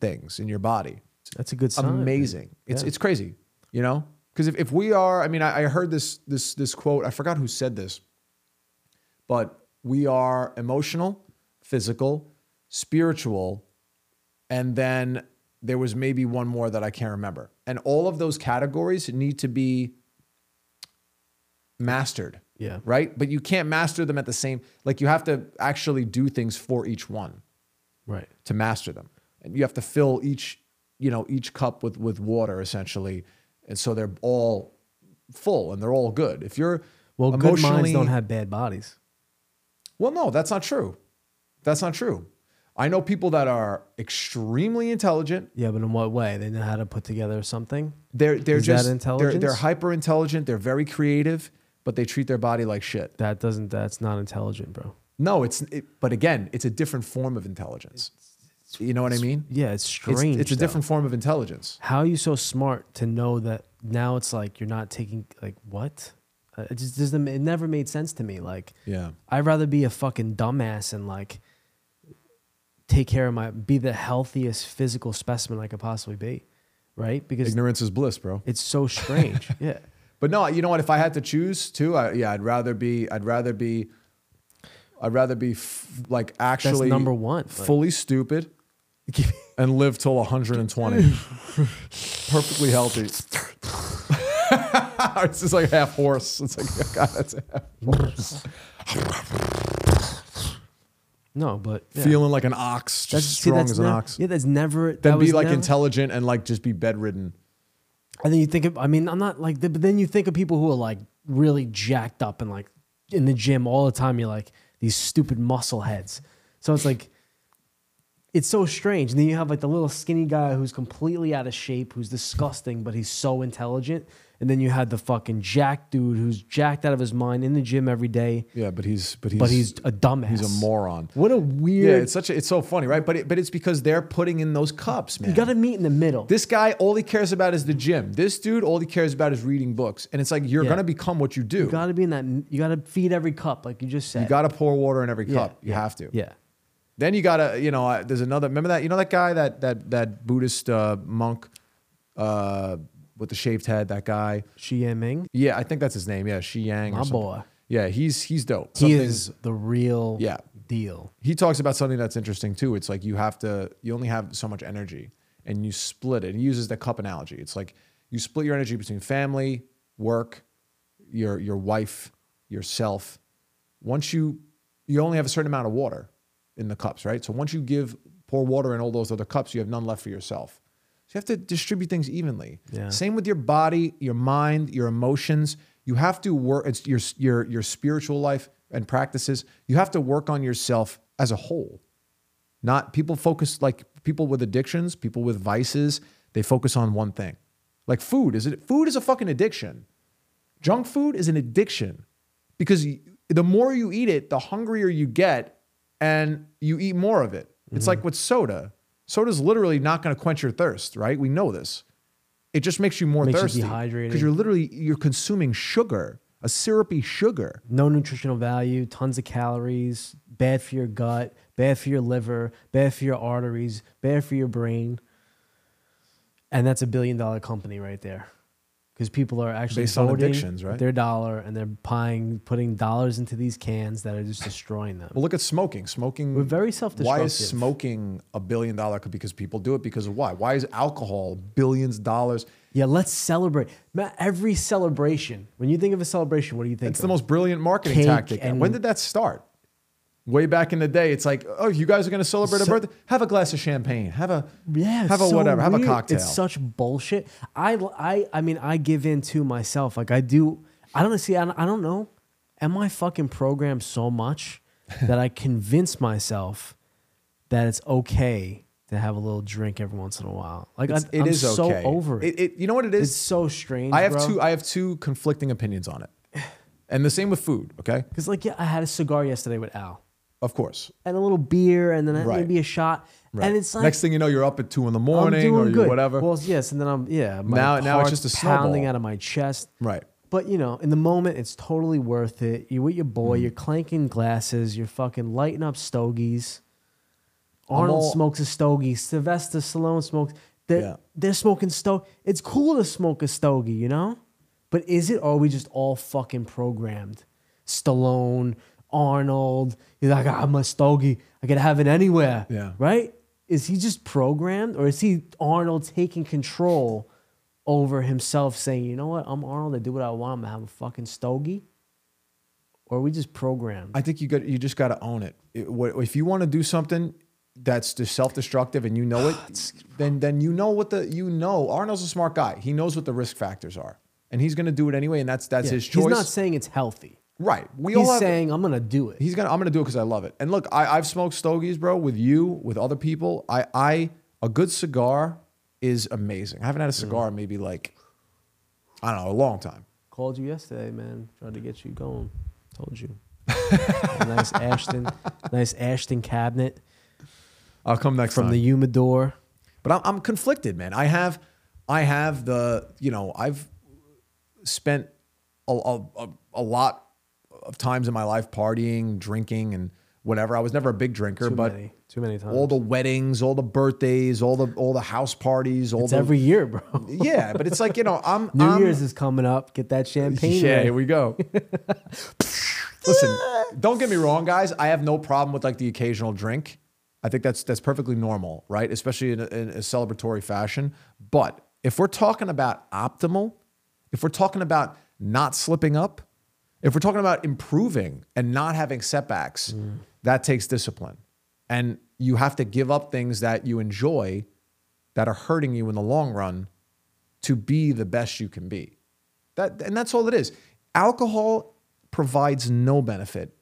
S1: things in your body.
S2: That's a good sign.
S1: Amazing. It's
S2: Yeah.
S1: it's crazy, you know? Because if, if we are, I mean, I, I heard this this this quote, I forgot who said this, but we are emotional, physical, spiritual, and then there was maybe one more that I can't remember. And all of those categories need to be mastered.
S2: Yeah.
S1: Right? But you can't master them at the same like you have to actually do things for each one
S2: Right.
S1: to master them. And you have to fill each, you know, each cup with with water essentially, and so they're all full and they're all good. If you're
S2: Well, good minds
S1: emotionally-
S2: don't have bad bodies.
S1: well, no, that's not true. That's not true. I know people that are extremely intelligent.
S2: Yeah, but in what way? They know how to put together something.
S1: They're they're
S2: Is that
S1: just they're
S2: intelligence?
S1: they're hyper intelligent. They're very creative, but they treat their body like shit.
S2: That doesn't. That's not intelligent, bro.
S1: No, it's it, but again, it's a different form of intelligence. You know what I mean?
S2: Yeah, it's
S1: It's,
S2: strange.
S1: it's a
S2: though.
S1: different form of intelligence.
S2: How are you so smart to know that now it's like you're not taking like what? Uh, It just doesn't. It never made sense to me. Like
S1: Yeah.
S2: I'd rather be a fucking dumbass and like take care of my be the healthiest physical specimen I could possibly be, right? Because
S1: Ignorance is bliss, bro.
S2: it's so strange. yeah.
S1: But no, you know what? If I had to choose too, I, yeah, I'd rather be, I'd rather be, I'd rather be f- like actually
S2: number one, like-
S1: fully stupid, and live till 120, perfectly healthy. it's just like half horse. It's like God, that's half horse.
S2: No, but yeah.
S1: feeling like an ox, just
S2: That's- see,
S1: strong
S2: that's
S1: as an
S2: nev-
S1: ox.
S2: Yeah, that's never.
S1: then
S2: that
S1: be
S2: was
S1: like
S2: never-
S1: intelligent and like just be bedridden.
S2: And then you think of, I mean, I'm not like, but then you think of people who are like really jacked up and like in the gym all the time. You're like these stupid muscle heads. So it's like, it's so strange. And then you have like the little skinny guy who's completely out of shape, who's disgusting, but he's so intelligent. And then you had the fucking jack dude who's jacked out of his mind in the gym every day,
S1: Yeah, but he's but he's
S2: but he's a dumbass.
S1: he's a moron.
S2: What a
S1: Yeah,
S2: weird.
S1: it's such a, it's so funny, right? But it, but it's because they're putting in those cups, man.
S2: you got to meet in the middle.
S1: This guy, all he cares about is the gym. This dude, all he cares about is reading books. And it's like, you're
S2: Yeah.
S1: going to become what you do.
S2: you got to be in that. You got to feed every cup, like you just said.
S1: to pour water in every cup. You have to.
S2: Yeah.
S1: Then you got to, you know, uh, there's another, remember that, you know, that guy, that that that Buddhist uh, monk uh, with the shaved head, that guy.
S2: Xi Ming.
S1: Yeah, I think that's his name. Yeah, Shi Yang. or
S2: My
S1: something.
S2: boy.
S1: Yeah, he's he's dope.
S2: he
S1: Something-
S2: is the real
S1: Yeah.
S2: deal.
S1: he talks about something that's interesting too. It's like you have to, you only have so much energy and you split it. He uses the cup analogy. It's like you split your energy between family, work, your your wife, yourself. Once you you only have a certain amount of water in the cups, right? So once you give pour water in all those other cups, you have none left for yourself. So you have to distribute things evenly.
S2: Yeah.
S1: Same with your body, your mind, your emotions. You have to work. It's your your your spiritual life and practices. You have to work on yourself as a whole. Not people focus like people with addictions, people with vices. They focus on one thing, like food. Is it food is a fucking addiction. Junk food is an addiction because y- the more you eat it, the hungrier you get and you eat more of it. It's like with soda. Soda's literally not going to quench your thirst, right? We know this. It just makes you more
S2: Makes you
S1: thirsty
S2: dehydrated.
S1: because you're literally you're consuming sugar, a syrupy sugar.
S2: No nutritional value, tons of calories, bad for your gut, bad for your liver, bad for your arteries, bad for your brain. And that's a billion dollar company right there. Because people are actually
S1: Based on
S2: voting
S1: addictions, right?
S2: their dollar and they're buying, putting dollars into these cans that are just destroying them.
S1: Well, look at smoking. Smoking.
S2: We're very
S1: Why is
S2: self-destructive.
S1: smoking a billion dollar? Because people do it because of why? Why is alcohol billions of dollars?
S2: yeah, let's celebrate. Ma- Every celebration, when you think of a celebration, what do you think?
S1: It's
S2: of?
S1: the most brilliant marketing
S2: Cake
S1: tactic.
S2: and-
S1: when did that start? Way back in the day, it's like, oh, you guys are going to celebrate a
S2: So-
S1: birthday. Have a glass of champagne. Have a
S2: Yeah, it's
S1: Have a
S2: so
S1: whatever. Have a
S2: weird.
S1: cocktail.
S2: It's such bullshit. I, I, I mean, I give in to myself. Like I do. I don't see. I don't, I don't know. Am I fucking programmed so much that I convince myself that it's okay to have a little drink every once in a while? Like I,
S1: It's- it
S2: I'm
S1: is
S2: so
S1: okay.
S2: over it.
S1: It, it- You know what it
S2: It's
S1: is?
S2: so strange.
S1: I have
S2: bro.
S1: two. I have two conflicting opinions on it, and the same with food. Okay,
S2: Because like yeah, I had a cigar yesterday with Al
S1: of course.
S2: and a little beer and then
S1: Right.
S2: maybe a shot.
S1: Right.
S2: And it's like
S1: next thing you know, you're up at two in the
S2: I'm
S1: morning
S2: doing
S1: or
S2: good.
S1: you're whatever.
S2: Well, yes, and then I'm yeah. my
S1: Now- now it's
S2: heart's
S1: just a
S2: pounding
S1: snowball.
S2: out of my chest.
S1: right.
S2: But you know, in the moment, it's totally worth
S1: Mm.
S2: it. You're with your boy. You're clanking glasses. You're fucking lighting up stogies. Arnold
S1: all-
S2: smokes a stogie. Sylvester Stallone smokes. They're,
S1: Yeah.
S2: they're smoking stogie. It's cool to smoke a stogie, you know? But is it, or are we just all fucking programmed? Stallone, Arnold, he's like, "Ah, I'm a stogie. I could have it anywhere.
S1: Yeah.
S2: Right? Is he just programmed, or is he Arnold taking control over himself, saying, you know what, I'm Arnold, I do what I want, I'm gonna have a fucking stogie? Or are we just programmed?
S1: I think you got you just got to own it. It- what- If you want to do something that's just self-destructive and you know it, then then you know what the you know. Arnold's a smart guy. He knows what the risk factors are, and he's going to do it anyway. And that's that's
S2: Yeah.
S1: his choice.
S2: He's not saying it's healthy.
S1: right. We
S2: he's
S1: all have,
S2: saying I'm gonna do it.
S1: he's gonna I'm gonna do it because I love it. And look, I, I've smoked stogies, bro, with you, with other people. I I a good cigar is amazing. I haven't
S2: Mm.
S1: had a cigar in maybe like I don't know a long time.
S2: Called you yesterday, man. Tried to get you going. Told you. nice Ashton, nice Ashton cabinet
S1: I'll come next
S2: from
S1: time.
S2: the humidor.
S1: But I'm, I'm conflicted, man. I have, I have the, you know, I've spent a, a, a, a lot of times in my life partying, drinking, and whatever. I was never a big drinker,
S2: Too
S1: but
S2: many, too many times.
S1: all the weddings, all the birthdays, all the all the house parties, all
S2: it's
S1: the
S2: every year, bro.
S1: yeah. But it's like you know, I'm
S2: New
S1: I'm,
S2: Year's is coming up. Get that champagne.
S1: yeah,
S2: ready.
S1: here we go. Listen, don't get me wrong, guys. I have no problem with like the occasional drink. I think that's that's perfectly normal, right? Especially in a, in a celebratory fashion. But if we're talking about optimal, if we're talking about not slipping up, if we're talking about improving and not having setbacks, that takes discipline. And you have to give up things that you enjoy that are hurting you in the long run to be the best you can be. That and that's all it is. Alcohol provides no benefit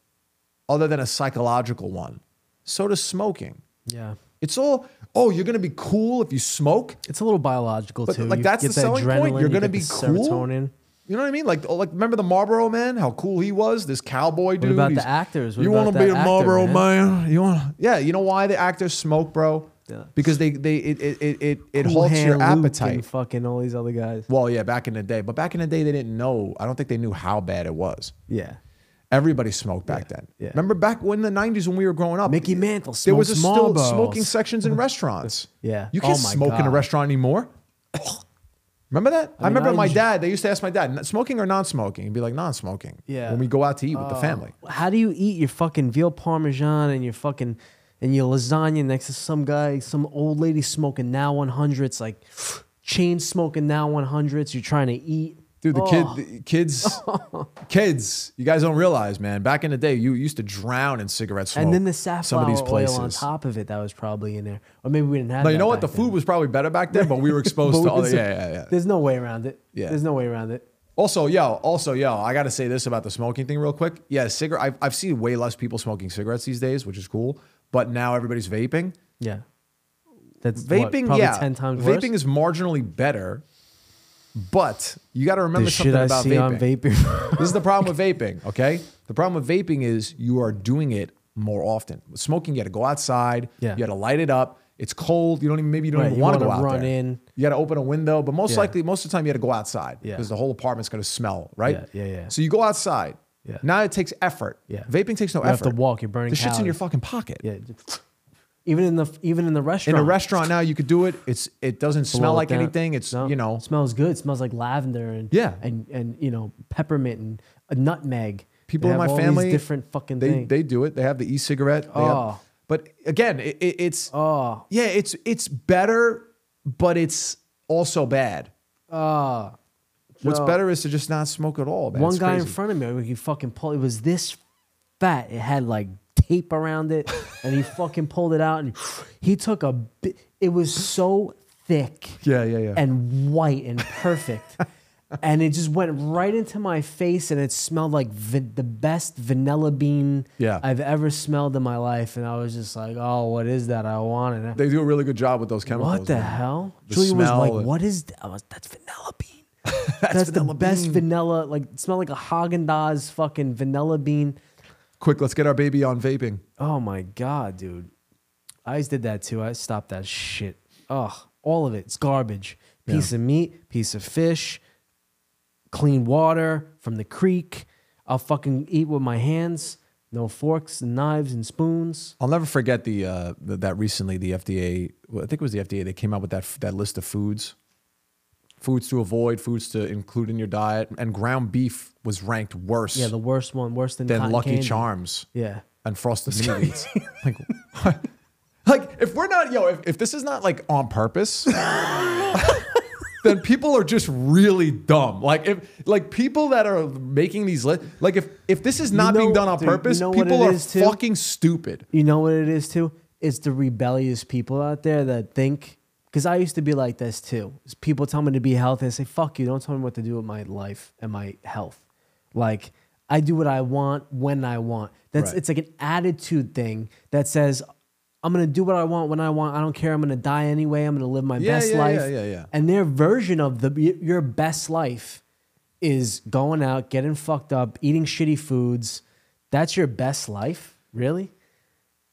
S1: other than a psychological one. So does smoking.
S2: yeah.
S1: It's all oh, you're gonna be cool if you smoke.
S2: It's a little biological
S1: But
S2: too.
S1: like
S2: You
S1: that's the
S2: get that
S1: selling
S2: adrenaline,
S1: point. You're
S2: you
S1: gonna
S2: get
S1: be
S2: the
S1: cool.
S2: Serotonin.
S1: You know what I mean? Like, oh, like remember the Marlboro man? How cool he was. This cowboy dude.
S2: about the
S1: He's-
S2: actors? What
S1: you
S2: about
S1: want to
S2: that
S1: be a
S2: actor,
S1: Marlboro
S2: man?
S1: man? You want? Yeah. You know why the actors smoke, bro?
S2: Yeah.
S1: Because they they it it it, it, it
S2: Cool
S1: halts
S2: Hand
S1: your
S2: Luke and
S1: appetite.
S2: fucking all these other guys.
S1: Well, yeah, back in the day. But back in the day, they didn't know. I don't think they knew how bad it was.
S2: Yeah.
S1: Everybody smoked back then.
S2: yeah.
S1: Remember back when the '90s when we were growing up,
S2: Mickey Mantle
S1: There was a
S2: smokes
S1: still
S2: Marlboros.
S1: smoking sections in restaurants.
S2: Yeah.
S1: you can't
S2: Oh my
S1: smoke in a
S2: God.
S1: restaurant anymore. remember that? I,
S2: mean,
S1: remember
S2: I
S1: my
S2: enjoy-
S1: dad. They used to ask my dad, "N- "Smoking or non-smoking?" He'd be like, "Non-smoking."
S2: Yeah.
S1: When we go out to eat with the
S2: Oh,
S1: family.
S2: How do you eat your fucking veal parmesan and your fucking and your lasagna next to some guy, some old lady smoking now one hundreds, like chain smoking now one hundreds. You're trying to eat,
S1: Dude, the
S2: Oh,
S1: kid, the kids, kids, you guys don't realize, man. Back in the day, you used to drown in cigarette smoke.
S2: and then the
S1: some
S2: safflower
S1: of these
S2: oil
S1: places.
S2: on top of it that was probably in there, or maybe we didn't have.
S1: Now,
S2: that
S1: you know what? The
S2: back
S1: food
S2: then.
S1: was probably better back then, but we were exposed to
S2: But we
S1: other.
S2: could-
S1: Yeah, yeah, yeah.
S2: There's no way around it.
S1: Yeah.
S2: There's no way around it.
S1: Also, yo, also, yo, I gotta say this about the smoking thing real quick. Yeah, cigarette. I've, I've seen way less people smoking cigarettes these days, which is cool. But now everybody's vaping.
S2: Yeah. That's what,
S1: Vaping,
S2: probably
S1: yeah,
S2: ten times worse.
S1: vaping is marginally better. But you gotta remember
S2: the shit
S1: something
S2: I
S1: about
S2: see on
S1: vaping.
S2: vaping.
S1: this is the problem with vaping. Okay, the problem with vaping is you are doing it more often. With smoking, you got to go outside.
S2: Yeah.
S1: you got to light it up. It's cold. You don't even maybe you don't
S2: Right,
S1: even
S2: you
S1: want to
S2: wanna
S1: go out
S2: run
S1: there.
S2: in.
S1: You got to open a window, but most
S2: Yeah.
S1: likely, most of the time, you got to go outside
S2: Yeah.
S1: because the whole apartment's going to smell, right?
S2: Yeah, yeah, yeah.
S1: So you go outside.
S2: Yeah.
S1: Now it takes effort.
S2: Yeah.
S1: Vaping takes no
S2: You have
S1: effort.
S2: to walk, you're burning
S1: The shit's in
S2: calories.
S1: your fucking pocket.
S2: yeah. Even in the even in the
S1: In
S2: restaurant.
S1: a restaurant now, you could do it. It's it doesn't
S2: Blow
S1: smell
S2: it
S1: like
S2: down.
S1: anything. It's
S2: No,
S1: you know
S2: it smells good. It smells like lavender and
S1: Yeah.
S2: and and you know peppermint and a nutmeg.
S1: People
S2: They
S1: in
S2: have
S1: my
S2: all these
S1: family
S2: different fucking
S1: they
S2: things.
S1: they do it. They have the e-cigarette. They have-
S2: Oh.
S1: but again, it, it, it's
S2: Oh.
S1: yeah, it's it's better, but it's also bad.
S2: Ah,
S1: What's
S2: Joe.
S1: better is to just not smoke at all. Man.
S2: one
S1: It's
S2: guy in
S1: crazy.
S2: front of me, he fucking pulled. It was this fat. It had like tape around it, and he fucking pulled it out, and he took a. Bi- it was so thick.
S1: Yeah, yeah, yeah.
S2: And white and perfect. And it just went right into my face, and it smelled like va- the best vanilla bean
S1: Yeah.
S2: I've ever smelled in my life. And I was just like, "Oh, what is that? I want it."
S1: They do a really good job with those chemicals.
S2: What the
S1: man.
S2: hell?
S1: The
S2: Julia was
S1: smell
S2: like,
S1: and-
S2: "What is that?" I was, "That's vanilla bean. that's
S1: vanilla
S2: the best
S1: bean.
S2: vanilla. Like, it smelled like a Haagen Dazs fucking vanilla bean."
S1: Quick, let's get our baby on vaping.
S2: Oh my god, dude! I did that too. I stopped that shit. Ugh, all of it. It's garbage. Piece of meat, piece of fish, clean water from the creek. I'll fucking eat with my hands. No forks and knives and spoons.
S1: I'll never forget the, uh, th- that recently the FDA. well, I think it was the FDA. They came out with that f- that list of foods, foods to avoid, foods to include in your diet, and ground beef was ranked worse
S2: Yeah, the worst one, worse than
S1: than
S2: cotton
S1: Lucky
S2: candy.
S1: Charms
S2: Yeah,
S1: and Frosted Mini-Wheats. like, what? like if we're not yo, if, if this is not like on purpose, then people are just really dumb. Like if like people that are making these lists, like if if this is not being
S2: know-
S1: done on
S2: dude, you
S1: purpose,
S2: know what
S1: people
S2: it
S1: are
S2: is, too?
S1: fucking stupid.
S2: you know what it is too. It's the rebellious people out there that think. Because I used to be like this too. Is People tell me to be healthy. I say, "Fuck you! Don't tell me what to do with my life and my health." Like I do what I want when I want. That's
S1: Right.
S2: it's like an attitude thing that says, "I'm gonna do what I want when I want. I don't care. I'm gonna die anyway. I'm gonna live my
S1: Yeah,
S2: best
S1: yeah,
S2: life."
S1: yeah, yeah, yeah.
S2: And their version of the y- your best life is going out, getting fucked up, eating shitty foods. That's your best life, really?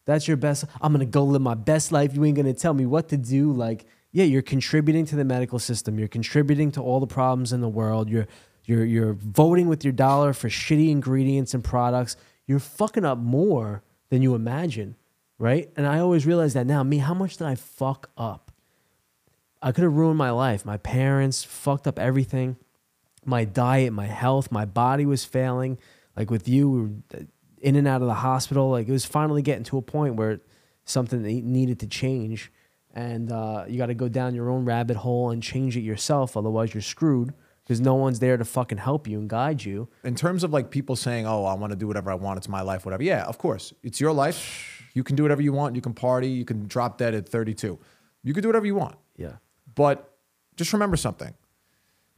S2: That's your best. I'm gonna go live my best life. You ain't gonna tell me what to do. Like, yeah, you're contributing to the medical system. You're contributing to all the problems in the world. You're you're you're voting with your dollar for shitty ingredients and products. You're fucking up more than you imagine, right? And I always realize that now. Me, how much did I fuck up? I could have ruined my life. My parents fucked up everything. My diet, my health, my body was failing. Like with you, we were uh, in and out of the hospital. Like it was finally getting to a point where something that needed to change. And uh, you got to go down your own rabbit hole and change it yourself. Otherwise, you're screwed because no one's there to fucking help you and guide you.
S1: in terms of like people saying, "Oh, I want to do whatever I want. It's my life, whatever." Yeah, of course, it's your life. You can do whatever you want. You can party. You can drop dead at 32. You can do whatever you want.
S2: Yeah.
S1: But just remember something.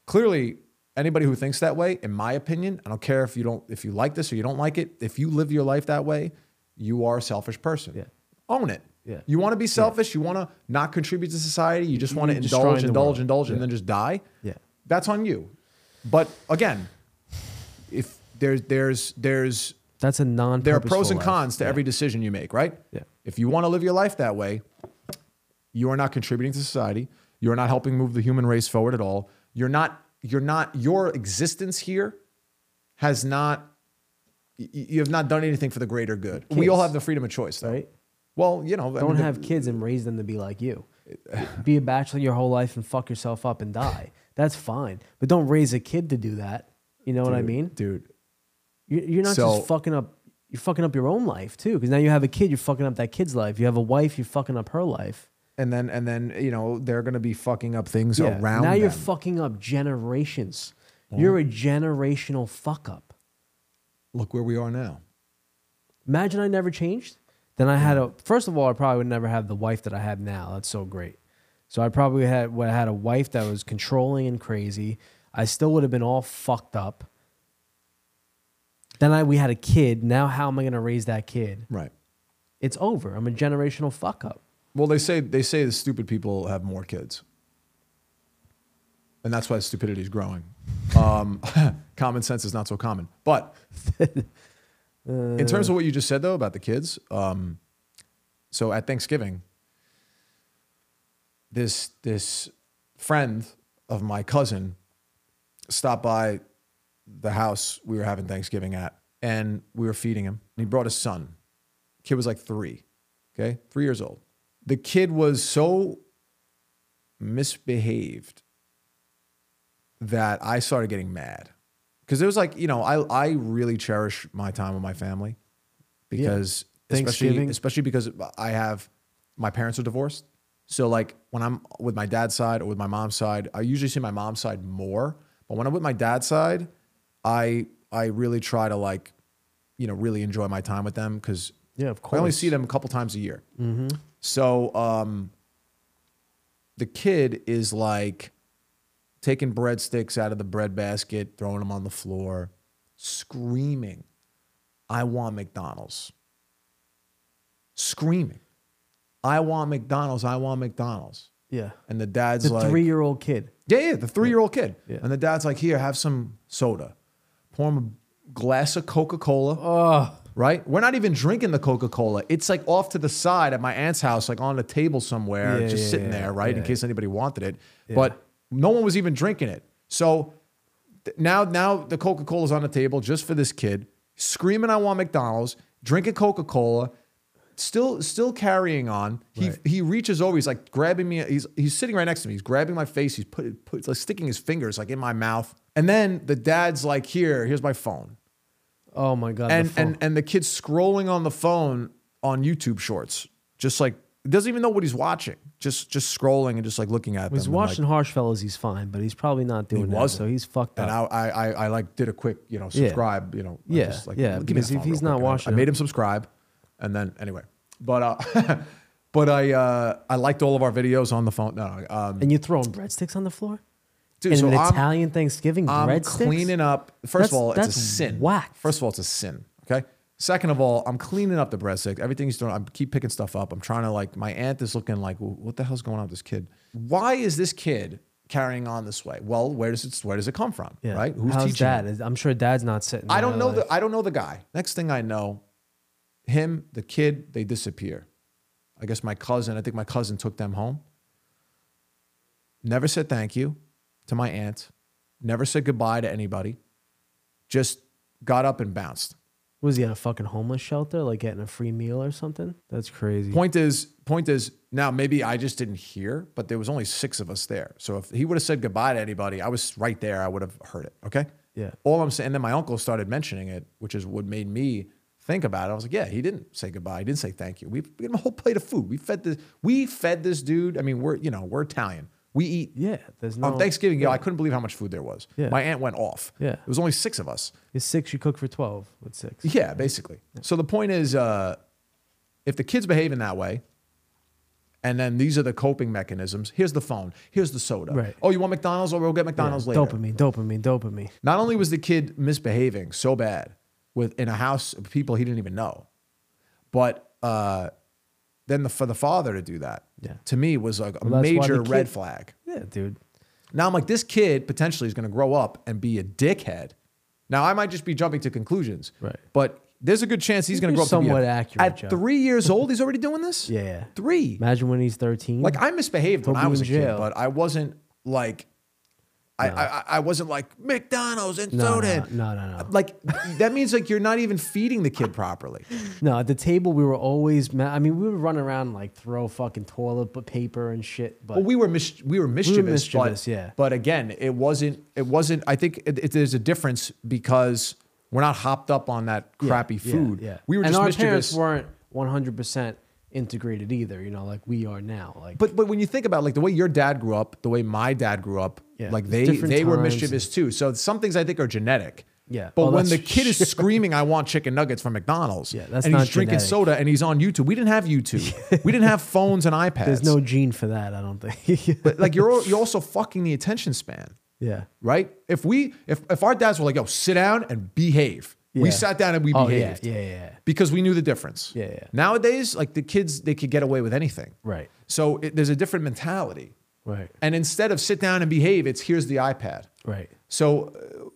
S1: Clearly, anybody who thinks that way, in my opinion, I don't care if you don't if you like this or you don't like it. If you live your life that way, you are a selfish person.
S2: Yeah.
S1: Own it.
S2: Yeah.
S1: You want to be selfish. You want to not contribute to society. You just want to
S2: You're destroying
S1: indulge,
S2: the
S1: indulge,
S2: world.
S1: indulge, and
S2: Yeah.
S1: then just die.
S2: Yeah.
S1: That's on you. But again, if there's there's there's
S2: That's a non
S1: there are pros and cons to every decision you make, right?
S2: Yeah.
S1: If you want to live your life that way, you are not contributing to society. You are not helping move the human race forward at all. You're not. You're not. Your existence here has not. y- y- You have not done anything for the greater good. We all
S2: Kids.
S1: have the freedom of choice, though.
S2: Right?
S1: Well, you know, I
S2: Don't
S1: mean, the-
S2: have kids and raise them to be like you. Be a bachelor your whole life and fuck yourself up and die. That's fine. But don't raise a kid to do that. You know what I mean?
S1: dude.
S2: You- You're not
S1: So-
S2: just fucking up. You're fucking up your own life too, because now you have a kid. You're fucking up that kid's life. You have a wife. You're fucking up her life.
S1: And then, and then, you know, they're going to be fucking up things
S2: Yeah.
S1: around.
S2: now you're
S1: them.
S2: fucking up generations. You're a generational fuck up.
S1: Look where we are now.
S2: Imagine I never changed. Then I had a first of all, I probably would never have the wife that I have now. That's so great. So I probably had would have had a wife that was controlling and crazy. I still would have been all fucked up. Then I we had a kid. Now how am I gonna raise that kid?
S1: Right.
S2: It's over. I'm a generational fuck up.
S1: Well, they say they say the stupid people have more kids, and that's why stupidity is growing. Um, common sense is not so common. But in terms of what you just said though about the kids, um, so at Thanksgiving, this this friend of my cousin stopped by the house we were having Thanksgiving at, and we were feeding him. And he brought his son. Kid was like three, okay, three years old. The kid was so misbehaved that I started getting mad because it was like you know I I really cherish my time with my family because especially
S2: Thanksgiving.
S1: especially because I have my parents are divorced. So like when I'm with my dad's side or with my mom's side, I usually see my mom's side more. But when I'm with my dad's side, I I really try to like, you know, really enjoy my time with them because
S2: Yeah, of
S1: I only
S2: course. Mm-hmm.
S1: see them a couple times a year. So um, the kid is like taking breadsticks out of the bread basket, throwing them on the floor, screaming, I want McDonald's. Screaming, I want McDonald's, I want McDonald's.
S2: Yeah.
S1: And the dad's
S2: The
S1: like,
S2: three year old kid.
S1: yeah, yeah, the three year old kid.
S2: Yeah.
S1: And the dad's like, here, have some soda. Pour him a glass of Coca
S2: Oh,
S1: Cola. Right? We're not even drinking the Coca Cola. It's like off to the side at my aunt's house, like on a table somewhere,
S2: Yeah,
S1: just
S2: yeah,
S1: sitting
S2: yeah,
S1: there, right? In
S2: yeah.
S1: case anybody wanted it. But no one was even drinking it. So th- now, now the Coca Cola's on the table just for this kid, screaming, I want McDonald's. drinking Coca Cola, still still carrying on. He
S2: Right.
S1: he reaches over. He's like grabbing me. He's he's sitting right next to me. He's grabbing my face. He's put, put like sticking his fingers like in my mouth. And then the dad's like, "Here, here's my phone."
S2: Oh my god. the
S1: and
S2: phone.
S1: and and the kid's scrolling on the phone on YouTube Shorts, just like doesn't even know what he's watching. Just just scrolling and just like looking at.
S2: he's
S1: them and, like,
S2: watching Harshfellas. He's fine, but he's probably not doing that.
S1: wasn't.
S2: So he's fucked
S1: and
S2: up.
S1: I, I, I, I like did a quick, you know,
S2: Yeah.
S1: subscribe, you know, I
S2: Yeah,
S1: just, like,
S2: yeah,
S1: give me
S2: because
S1: the
S2: if
S1: phone
S2: he's
S1: real
S2: not
S1: quick. And I-
S2: watching
S1: I, made
S2: it-
S1: him subscribe, and then anyway, but uh, but I uh, I liked all of our videos on the phone. No, no, um,
S2: and you're throwing breadsticks on the floor.
S1: dude,
S2: in
S1: so
S2: an
S1: I'm,
S2: Italian Thanksgiving
S1: I'm
S2: breadsticks.
S1: cleaning up. First
S2: That's-
S1: of all, it's a
S2: that's
S1: sin.
S2: whack.
S1: First of all, it's a sin. Okay. Second of all, I'm cleaning up the breadsticks. Everything he's doing, I keep picking stuff up. I'm trying to like. My aunt is looking like, "Well, what the hell's going on with this kid? Why is this kid carrying on this way? Well, where does it where does it come from?
S2: Yeah.
S1: Right? Who's
S2: How's
S1: teaching? him?
S2: dad? Is- I'm sure dad's not sitting.
S1: I
S2: there
S1: don't know
S2: like,
S1: the I don't know the guy. Next thing I know, him, the kid, they disappear. I guess my cousin, I think my cousin took them home. Never said thank you to my aunt. Never said goodbye to anybody. Just got up and bounced.
S2: Was he at a fucking homeless shelter, like getting a free meal or something? That's crazy.
S1: Point is, point is, now maybe I just didn't hear, but there was only six of us there. So if he would have said goodbye to anybody, I was right there. I would have heard it. Okay.
S2: Yeah.
S1: All I'm saying, and then my uncle started mentioning it, which is what made me think about it. I was like, yeah, he didn't say goodbye. He didn't say thank you. We we gave him a whole plate of food. We fed this. We fed this dude. I mean, we're you know we're Italian. We eat
S2: Yeah, there's no.
S1: on Thanksgiving. Yo, I couldn't believe how much food there was.
S2: Yeah.
S1: My aunt went off.
S2: Yeah.
S1: It was only six of us.
S2: It's six. You cook for twelve. What's six?
S1: Yeah, basically. So the point is, uh, if the kid's behaving that way, and then these are the coping mechanisms. Here's the phone. Here's the soda.
S2: Right.
S1: Oh, you want McDonald's? Or we'll get McDonald's later.
S2: Dopamine, dopamine, dopamine.
S1: Not only was the kid misbehaving so bad with in a house of people he didn't even know, but uh, then the, for the father to do that
S2: Yeah.
S1: to me was like a
S2: Well, that's why
S1: major
S2: the
S1: red
S2: kid-
S1: flag.
S2: Yeah, dude.
S1: Now I'm like, this kid potentially is going to grow up and be a dickhead. Now I might just be jumping to conclusions,
S2: Right.
S1: But there's a good chance he's going to
S2: You're
S1: grow up to be a-
S2: somewhat accurate,
S1: At
S2: Joe.
S1: three years old, he's already doing this.
S2: Yeah, yeah.
S1: three.
S2: Imagine when he's thirteen.
S1: Like I misbehaved when
S2: He'll
S1: I
S2: be
S1: was a
S2: in
S1: kid,
S2: jail.
S1: but I wasn't like, I, I I- I wasn't like McDonald's and
S2: no,
S1: soda.
S2: no, no, no, no.
S1: Like that means like you're not even feeding the kid properly.
S2: No, at the table we were always. Ma- I mean, we would run around and, like throw fucking toilet pa- paper and shit. But
S1: Well, we were mis- we were mischievous,
S2: mischievous,
S1: but,
S2: yeah.
S1: But again, it wasn't it wasn't. I think it, it- there's a difference because we're not hopped up on that crappy
S2: yeah,
S1: food.
S2: Yeah,
S1: we were
S2: and
S1: just
S2: our
S1: mischievous.
S2: parents weren't one hundred percent integrated either. You know, like we are now. Like,
S1: But but when you think about it, like the way your dad grew up, the way my dad grew up,
S2: Yeah,
S1: like they
S2: there's different
S1: they were
S2: times.
S1: mischievous too. So some things I think are genetic.
S2: Yeah.
S1: But
S2: Oh,
S1: when
S2: that's
S1: the
S2: for
S1: kid is screaming, "I want chicken nuggets from McDonald's,"
S2: Yeah, that's
S1: and he's
S2: not
S1: drinking
S2: genetic.
S1: soda and he's on YouTube. We didn't have YouTube. we didn't have phones and iPads.
S2: there's no gene for that. I don't think.
S1: But like you're al- you're also fucking the attention span.
S2: yeah.
S1: right? If we if if our dads were like, "Yo, sit down and behave," we
S2: Yeah.
S1: sat down and we
S2: Oh yeah,
S1: behaved
S2: yeah, yeah, yeah.
S1: because we knew the difference.
S2: Yeah, yeah.
S1: Nowadays, like the kids, they could get away with anything.
S2: Right.
S1: So it, there's a different mentality,
S2: Right.
S1: and instead of sit down and behave, it's here's the iPad.
S2: Right.
S1: So uh,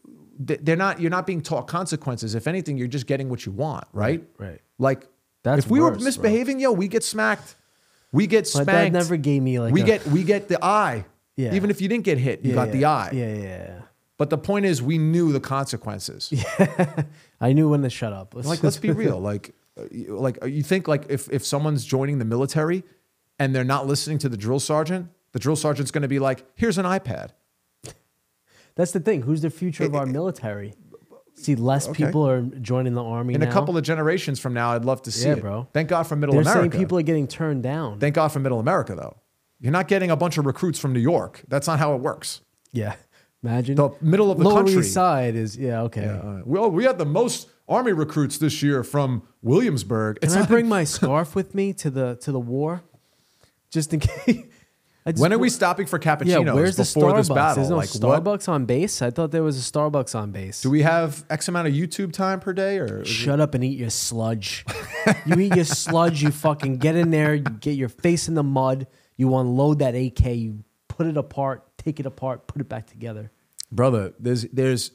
S1: th- they're not you're not being taught consequences. If anything, you're just getting what you want, right?
S2: Right.
S1: Like
S2: That's
S1: if we were
S2: worse, bro.
S1: misbehaving, yo, we get smacked. We get
S2: My
S1: spanked.
S2: dad never gave me like
S1: we
S2: a-
S1: get we get the eye.
S2: Yeah.
S1: Even if you didn't get hit, you
S2: Yeah,
S1: got
S2: yeah.
S1: the eye.
S2: Yeah, yeah, yeah.
S1: But the point is, we knew the consequences.
S2: I knew when to shut up. Let's-
S1: Like, let's be real. Like, uh, you- like uh, you think like if if someone's joining the military and they're not listening to the drill sergeant, the drill sergeant's going to be like, "Here's an iPad."
S2: That's the thing. Who's the future of our military? See, less people are joining the army
S1: In
S2: now.
S1: a couple of generations from now, I'd love to see
S2: Yeah,
S1: it.
S2: bro.
S1: Thank God for Middle
S2: They're saying
S1: America.
S2: people are getting turned down.
S1: Thank God for Middle America, though. You're not getting a bunch of recruits from New York. That's not how it works.
S2: yeah, imagine
S1: The middle of the
S2: Lower
S1: country.
S2: East Side is yeah okay.
S1: Uh, well, we had the most army recruits this year from Williamsburg. It's
S2: Can I
S1: like,
S2: bring my scarf with me to the to the war, just in case? I just
S1: when are
S2: wa-
S1: we stopping for
S2: Yeah,
S1: cappuccinos
S2: where's the
S1: before
S2: Starbucks?
S1: this battle?
S2: There's no
S1: like, what-
S2: Starbucks on base. I thought there was a Starbucks on base.
S1: Do we have X amount of YouTube time per day, or is
S2: Shut up and eat your sludge. you eat your sludge, you fucking get in there, you get your face in the mud, you unload that AK, you put it apart, take it apart, put it back together.
S1: it- brother? There's, there's,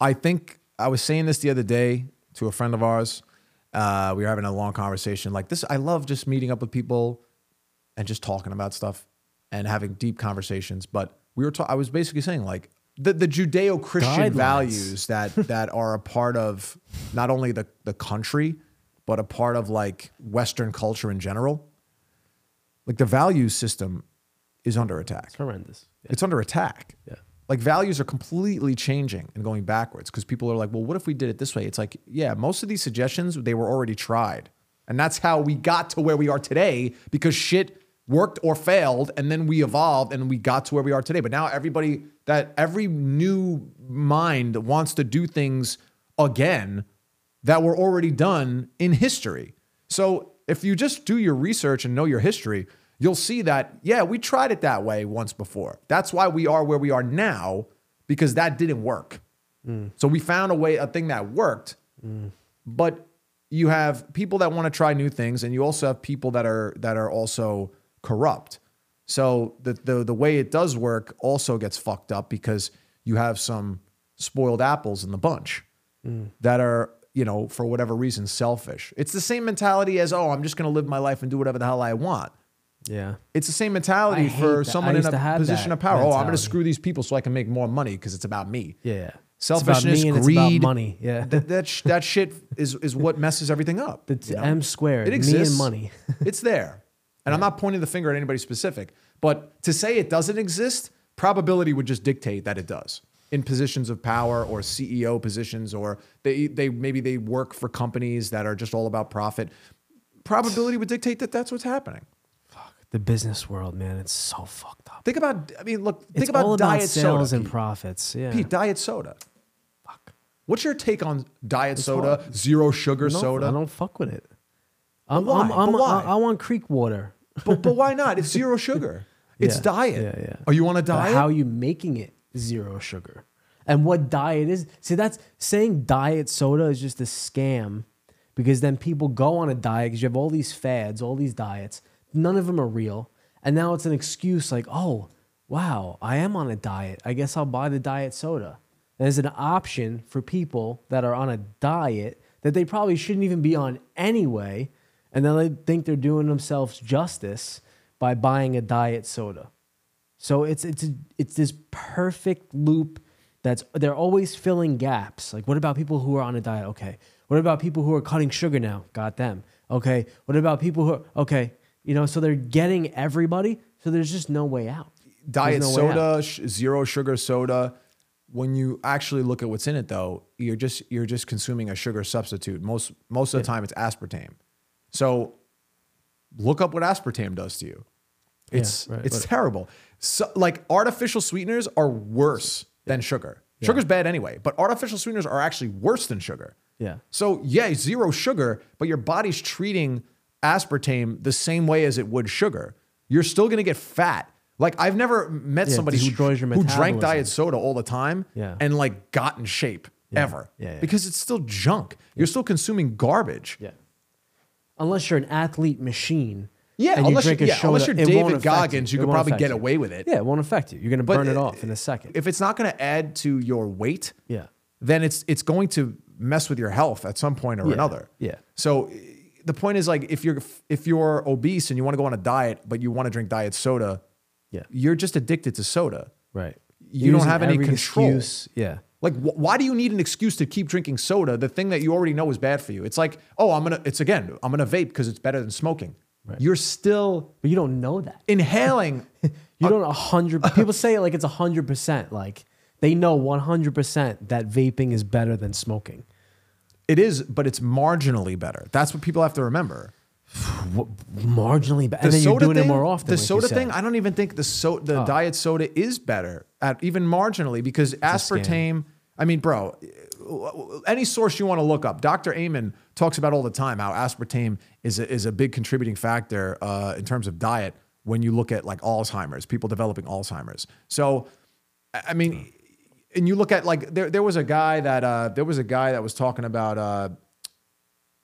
S1: I think I was saying this the other day to a friend of ours. Uh, we were having a long conversation like this. I love just meeting up with people and just talking about stuff and having deep conversations. But we were, ta- I was basically saying like the the Judeo Christian
S2: Guidelines.
S1: values that that are a part of not only the the country but a part of like Western culture in general. Like the value system is under attack.
S2: It's horrendous. Yeah.
S1: It's under attack.
S2: Yeah.
S1: Like values are completely changing and going backwards because people are like, well, what if we did it this way? It's like, yeah, most of these suggestions, they were already tried. And that's how we got to where we are today because shit worked or failed. And then we evolved and we got to where we are today. But now everybody that every new mind wants to do things again that were already done in history. So if you just do your research and know your history, you'll see that, yeah, we tried it that way once before. That's why we are where we are now, because that didn't work. So we found a way, a thing that worked. But you have people that want to try new things, and you also have people that are that are also corrupt. So the the, the way it does work also gets fucked up because you have some spoiled apples in the bunch
S2: Mm.
S1: that are, you know, for whatever reason, selfish. It's the same mentality as, oh, I'm just going to live my life and do whatever the hell I want.
S2: Yeah.
S1: It's the same mentality
S2: I hate
S1: for
S2: that.
S1: someone
S2: I
S1: in
S2: used to
S1: a
S2: have
S1: position
S2: that
S1: of power. Oh, I'm going to
S2: mentality.
S1: screw these people so I can make more money because it's about me.
S2: Yeah. yeah. It's about
S1: Selfishness,
S2: me and it's
S1: greed,
S2: about money. Yeah.
S1: That that, sh- that shit is is what messes everything up.
S2: It's
S1: you know?
S2: M squared.
S1: It exists.
S2: Me and money.
S1: it's there. And I'm not pointing the finger at anybody specific, but to say it doesn't exist, probability would just dictate that it does in positions of power or CEO positions or they they maybe they work for companies that are just all about profit. Probability would dictate that that's what's happening.
S2: Fuck. The business world, man. It's so fucked up.
S1: Think about I mean look, think
S2: it's
S1: about
S2: all about
S1: diet
S2: sales
S1: soda.
S2: and
S1: Pete.
S2: profits. Yeah.
S1: Pete, diet soda.
S2: Fuck.
S1: What's your take on diet soda, zero sugar
S2: No,
S1: soda?
S2: I don't fuck with it. I'm,
S1: But
S2: I'm,
S1: why?
S2: I'm,
S1: But why?
S2: I, I want creek water.
S1: but but why not? It's zero sugar. It's
S2: Yeah,
S1: diet.
S2: yeah, yeah.
S1: Are you on a
S2: But
S1: diet?
S2: How are you making it zero sugar? And what diet is? See, that's saying diet soda is just a scam because then people go on a diet because you have all these fads, all these diets. None of them are real. And now it's an excuse like, oh, wow, I am on a diet. I guess I'll buy the diet soda. And it's an option for people that are on a diet that they probably shouldn't even be on anyway. And then they think they're doing themselves justice by buying a diet soda. So it's it's it's this perfect loop that's they're always filling gaps. Like what about people who are on a diet? Okay. What about people who are cutting sugar now? Got them. Okay. What about people who are okay, you know, so they're getting everybody, so there's just no way out.
S1: diet
S2: There's no way out.
S1: soda, sh- zero sugar soda. When you actually look at what's in it, though, you're just you're just consuming a sugar substitute. Most most of the time, it's aspartame. So look up what aspartame does to you. It's
S2: right,
S1: it's terrible. So, like artificial sweeteners are worse than sugar. Sugar's bad anyway, but artificial sweeteners are actually worse than sugar.
S2: Yeah.
S1: So yeah, zero sugar, but your body's treating aspartame the same way as it would sugar. You're still gonna get fat. Like I've never met
S2: it
S1: somebody who,
S2: destroys your
S1: who drank
S2: metabolism.
S1: diet soda all the time
S2: Yeah.
S1: and like got in shape ever.
S2: Yeah, yeah.
S1: Because it's still junk. You're still consuming garbage.
S2: Yeah. Unless you're an athlete machine.
S1: Yeah,
S2: and you
S1: unless,
S2: drink
S1: you,
S2: a
S1: yeah,
S2: soda,
S1: unless you're
S2: it won't
S1: David
S2: affect
S1: Goggins, you
S2: It
S1: could
S2: won't
S1: probably
S2: affect
S1: get
S2: you.
S1: away with it.
S2: Yeah, it won't affect you. You're gonna
S1: But
S2: burn it
S1: i-
S2: off in a second.
S1: If it's not going to add to your weight,
S2: Yeah.
S1: then it's it's going to mess with your health at some point or another.
S2: yeah.
S1: So i- the point is like if you're if you're obese and you want to go on a diet but you want to drink diet soda,
S2: Yeah.
S1: you're just addicted to soda.
S2: Right.
S1: You don't have any
S2: every
S1: control.
S2: excuse. Yeah.
S1: Like, wh- why do you need an excuse to keep drinking soda? The thing that you already know is bad for you. It's like, oh, I'm gonna. It's again, I'm gonna vape because it's better than smoking. You're still
S2: But you don't know that.
S1: inhaling. Uh,
S2: You don't a hundred. People say it like it's a hundred percent. Like they know one hundred percent that vaping is better than smoking.
S1: it is, but it's marginally better. That's what people have to remember.
S2: Marginally better. And then you're doing it more often.
S1: The
S2: like you
S1: soda
S2: said. Oh.
S1: thing, I don't even think the so, the diet soda is better at even marginally because
S2: scam.
S1: aspartame. I mean, bro, any source you want to look up, Dr. Amen talks about all the time how aspartame is a, is a big contributing factor uh, in terms of diet when you look at like Alzheimer's, people developing Alzheimer's. So, I I mean,
S2: Hmm.
S1: and you look at like there there was a guy that uh, there was a guy that was talking about. Uh,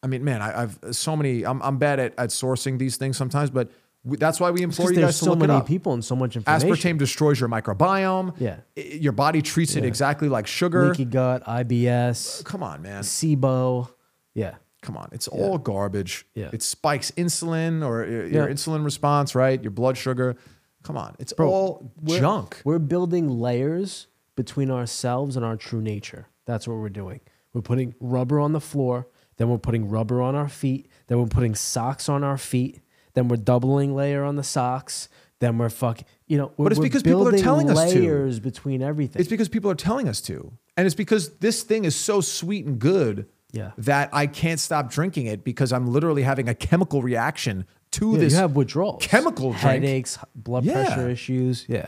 S1: I mean, man, I, I've so many. I'm, I'm bad at, at sourcing these things sometimes, but we, that's why we implore
S2: 'Cause
S1: you
S2: there's
S1: guys to
S2: so
S1: look it
S2: many
S1: up.
S2: people and so much information.
S1: Aspartame destroys your microbiome.
S2: Yeah.
S1: I- your body treats it exactly like sugar.
S2: Leaky gut, IBS,
S1: Come on, man.
S2: SIBO. Yeah.
S1: Come on, it's all garbage.
S2: Yeah.
S1: It spikes insulin or your, your
S2: Yeah.
S1: insulin response, right? Your blood sugar. Come on, it's all
S2: we're-
S1: junk.
S2: We're building layers between ourselves and our true nature. That's what we're doing. We're putting rubber on the floor Then we're putting rubber on our feet. Then we're putting socks on our feet. Then we're doubling layer on the socks. Then we're fuck. You know, we're,
S1: But it's
S2: we're
S1: because people are
S2: building
S1: telling us to.
S2: layers between everything.
S1: It's because people are telling us to. And it's because this thing is so sweet and good
S2: Yeah.
S1: that I can't stop drinking it because I'm literally having a chemical reaction to
S2: Yeah,
S1: this.
S2: you have withdrawals,
S1: chemical drink.
S2: headaches, h- blood
S1: Yeah.
S2: pressure issues. Yeah,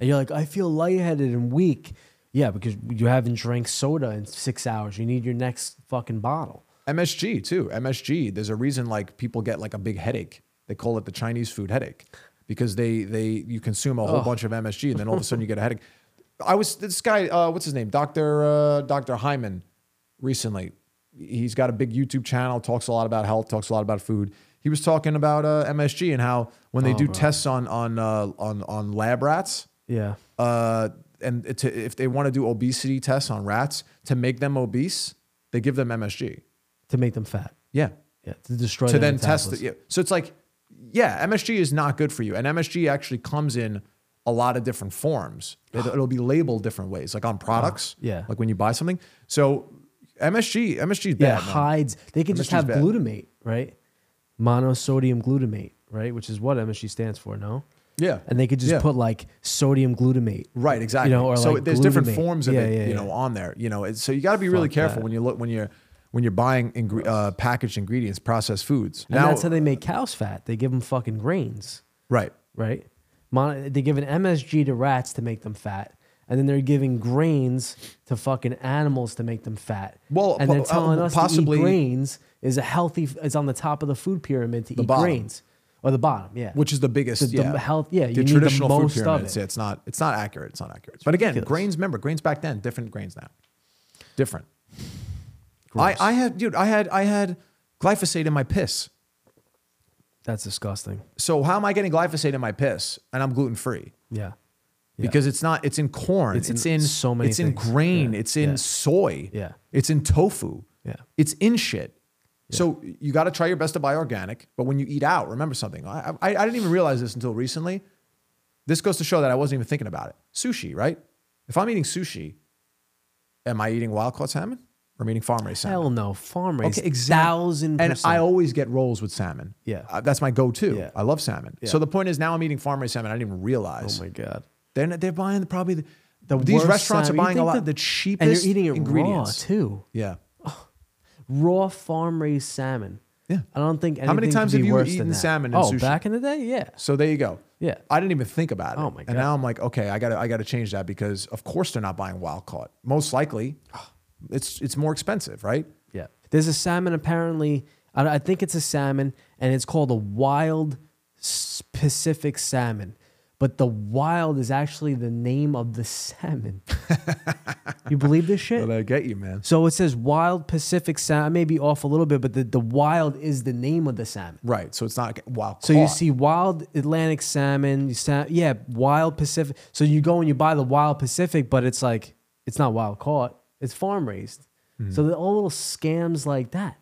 S2: and you're like, I feel lightheaded and weak. Yeah, because you haven't drank soda in six hours. You need your next fucking bottle.
S1: MSG too. MSG. There's a reason like people get like a big headache. They call it the Chinese food headache because they they you consume a whole bunch of MSG and then all of a sudden you get a headache. I was this guy. Uh, what's his name? Doctor uh, Doctor Hyman. Recently, he's got a big YouTube channel. Talks a lot about health. Talks a lot about food. He was talking about uh, MSG and how when they do tests on on uh, on on lab rats,
S2: Yeah,
S1: uh, and to, if they want to do obesity tests on rats to make them obese, they give them MSG.
S2: to make them fat.
S1: Yeah
S2: Yeah, to destroy.
S1: to
S2: their
S1: then test it.
S2: metabolism.
S1: Yeah. So it's like, yeah, MSG is not good for you. And MSG actually comes in a lot of different forms. It, will be labeled different ways, like on products.
S2: yeah.
S1: Like when you buy something. So MSG, MSG is
S2: Yeah,
S1: bad. man.
S2: hides. They can just
S1: MSG 's
S2: have
S1: bad.
S2: glutamate, right? Monosodium glutamate, right? Which is what MSG stands for. No.
S1: Yeah.
S2: And they could just
S1: Yeah.
S2: put like sodium glutamate.
S1: Right, exactly.
S2: You know, or
S1: so
S2: like
S1: there's different
S2: glutamate.
S1: forms of
S2: Yeah,
S1: it,
S2: yeah,
S1: you
S2: yeah.
S1: know, on there. You know, it's, so you got to be really
S2: Fuck
S1: careful
S2: that.
S1: when you look when you're when you're buying ingre- uh, packaged ingredients, processed foods.
S2: And that's how they make cows fat. They give them fucking grains.
S1: right.
S2: right? Mon- they're giving MSG to rats to make them fat, and then they're giving grains to fucking animals to make them fat.
S1: Well,
S2: and they're
S1: po-
S2: telling
S1: uh,
S2: us
S1: possibly-
S2: to eat grains is a healthy. f- It's on the top of the food pyramid to eat
S1: bottom.
S2: grains or the bottom, yeah.
S1: which is the biggest
S2: The- the
S1: yeah.
S2: health- yeah,
S1: the
S2: you need the
S1: traditional
S2: most
S1: food
S2: of
S1: pyramids.
S2: it.
S1: Yeah, it's not it's not accurate. It's not accurate. but again,
S2: ridiculous.
S1: grains. Remember, grains back then, different grains now, different. I,
S2: Gross.
S1: I had dude, I had I had glyphosate in my piss.
S2: that's disgusting.
S1: So how am I getting glyphosate in my piss? And I'm gluten free
S2: Yeah, Yeah.
S1: because it's not. It's in corn. It's,
S2: It's in
S1: in,
S2: so many
S1: It's
S2: things.
S1: in grain.
S2: Yeah.
S1: It's in
S2: Yeah.
S1: soy.
S2: Yeah.
S1: It's in tofu.
S2: Yeah.
S1: It's in shit. So you got to try your best to buy organic, but when you eat out, remember something. I, I I didn't even realize this until recently. This goes to show that I wasn't even thinking about it. Sushi, right? If I'm eating sushi, am I eating wild caught salmon or am I eating farm raised salmon?
S2: hell no. Farm raised,
S1: Okay, exact-
S2: thousand
S1: And
S2: percent.
S1: I always get rolls with salmon.
S2: Yeah.
S1: Uh, that's my go-to.
S2: Yeah.
S1: I love salmon. So the point is, now I'm eating farm raised salmon. I didn't even realize.
S2: oh my god,
S1: They're not- they're buying the, probably the,
S2: The
S1: these
S2: worst
S1: restaurants
S2: salmon.
S1: are
S2: You
S1: buying a
S2: think
S1: lot
S2: that-
S1: of the cheapest
S2: and you're eating it raw
S1: ingredients
S2: too.
S1: Yeah.
S2: raw farm raised salmon.
S1: Yeah.
S2: I don't think.
S1: many
S2: anything
S1: times
S2: could be
S1: have you
S2: worse than
S1: eaten
S2: that.
S1: salmon and
S2: Oh,
S1: sushi?
S2: back in the day, yeah.
S1: So there you go.
S2: Yeah.
S1: I didn't even think about it.
S2: Oh my God.
S1: And now I'm like, okay, I gotta I gotta change that because of course they're not buying wild caught. Most likely, it's it's more expensive, right?
S2: Yeah. There's a salmon apparently. I I think it's a salmon, and it's called a wild s- Pacific salmon. But the wild is actually the name of the salmon. you believe this
S1: But
S2: shit?
S1: I get you, man.
S2: So it says wild Pacific salmon. I may be off a little bit, but the, the wild is the name of the salmon.
S1: Right. So it's not wild caught.
S2: So you see wild Atlantic salmon, you sa- yeah, wild Pacific. So you go and you buy the wild Pacific, but it's like it's not wild caught; it's farm raised. So they're all little scams like that.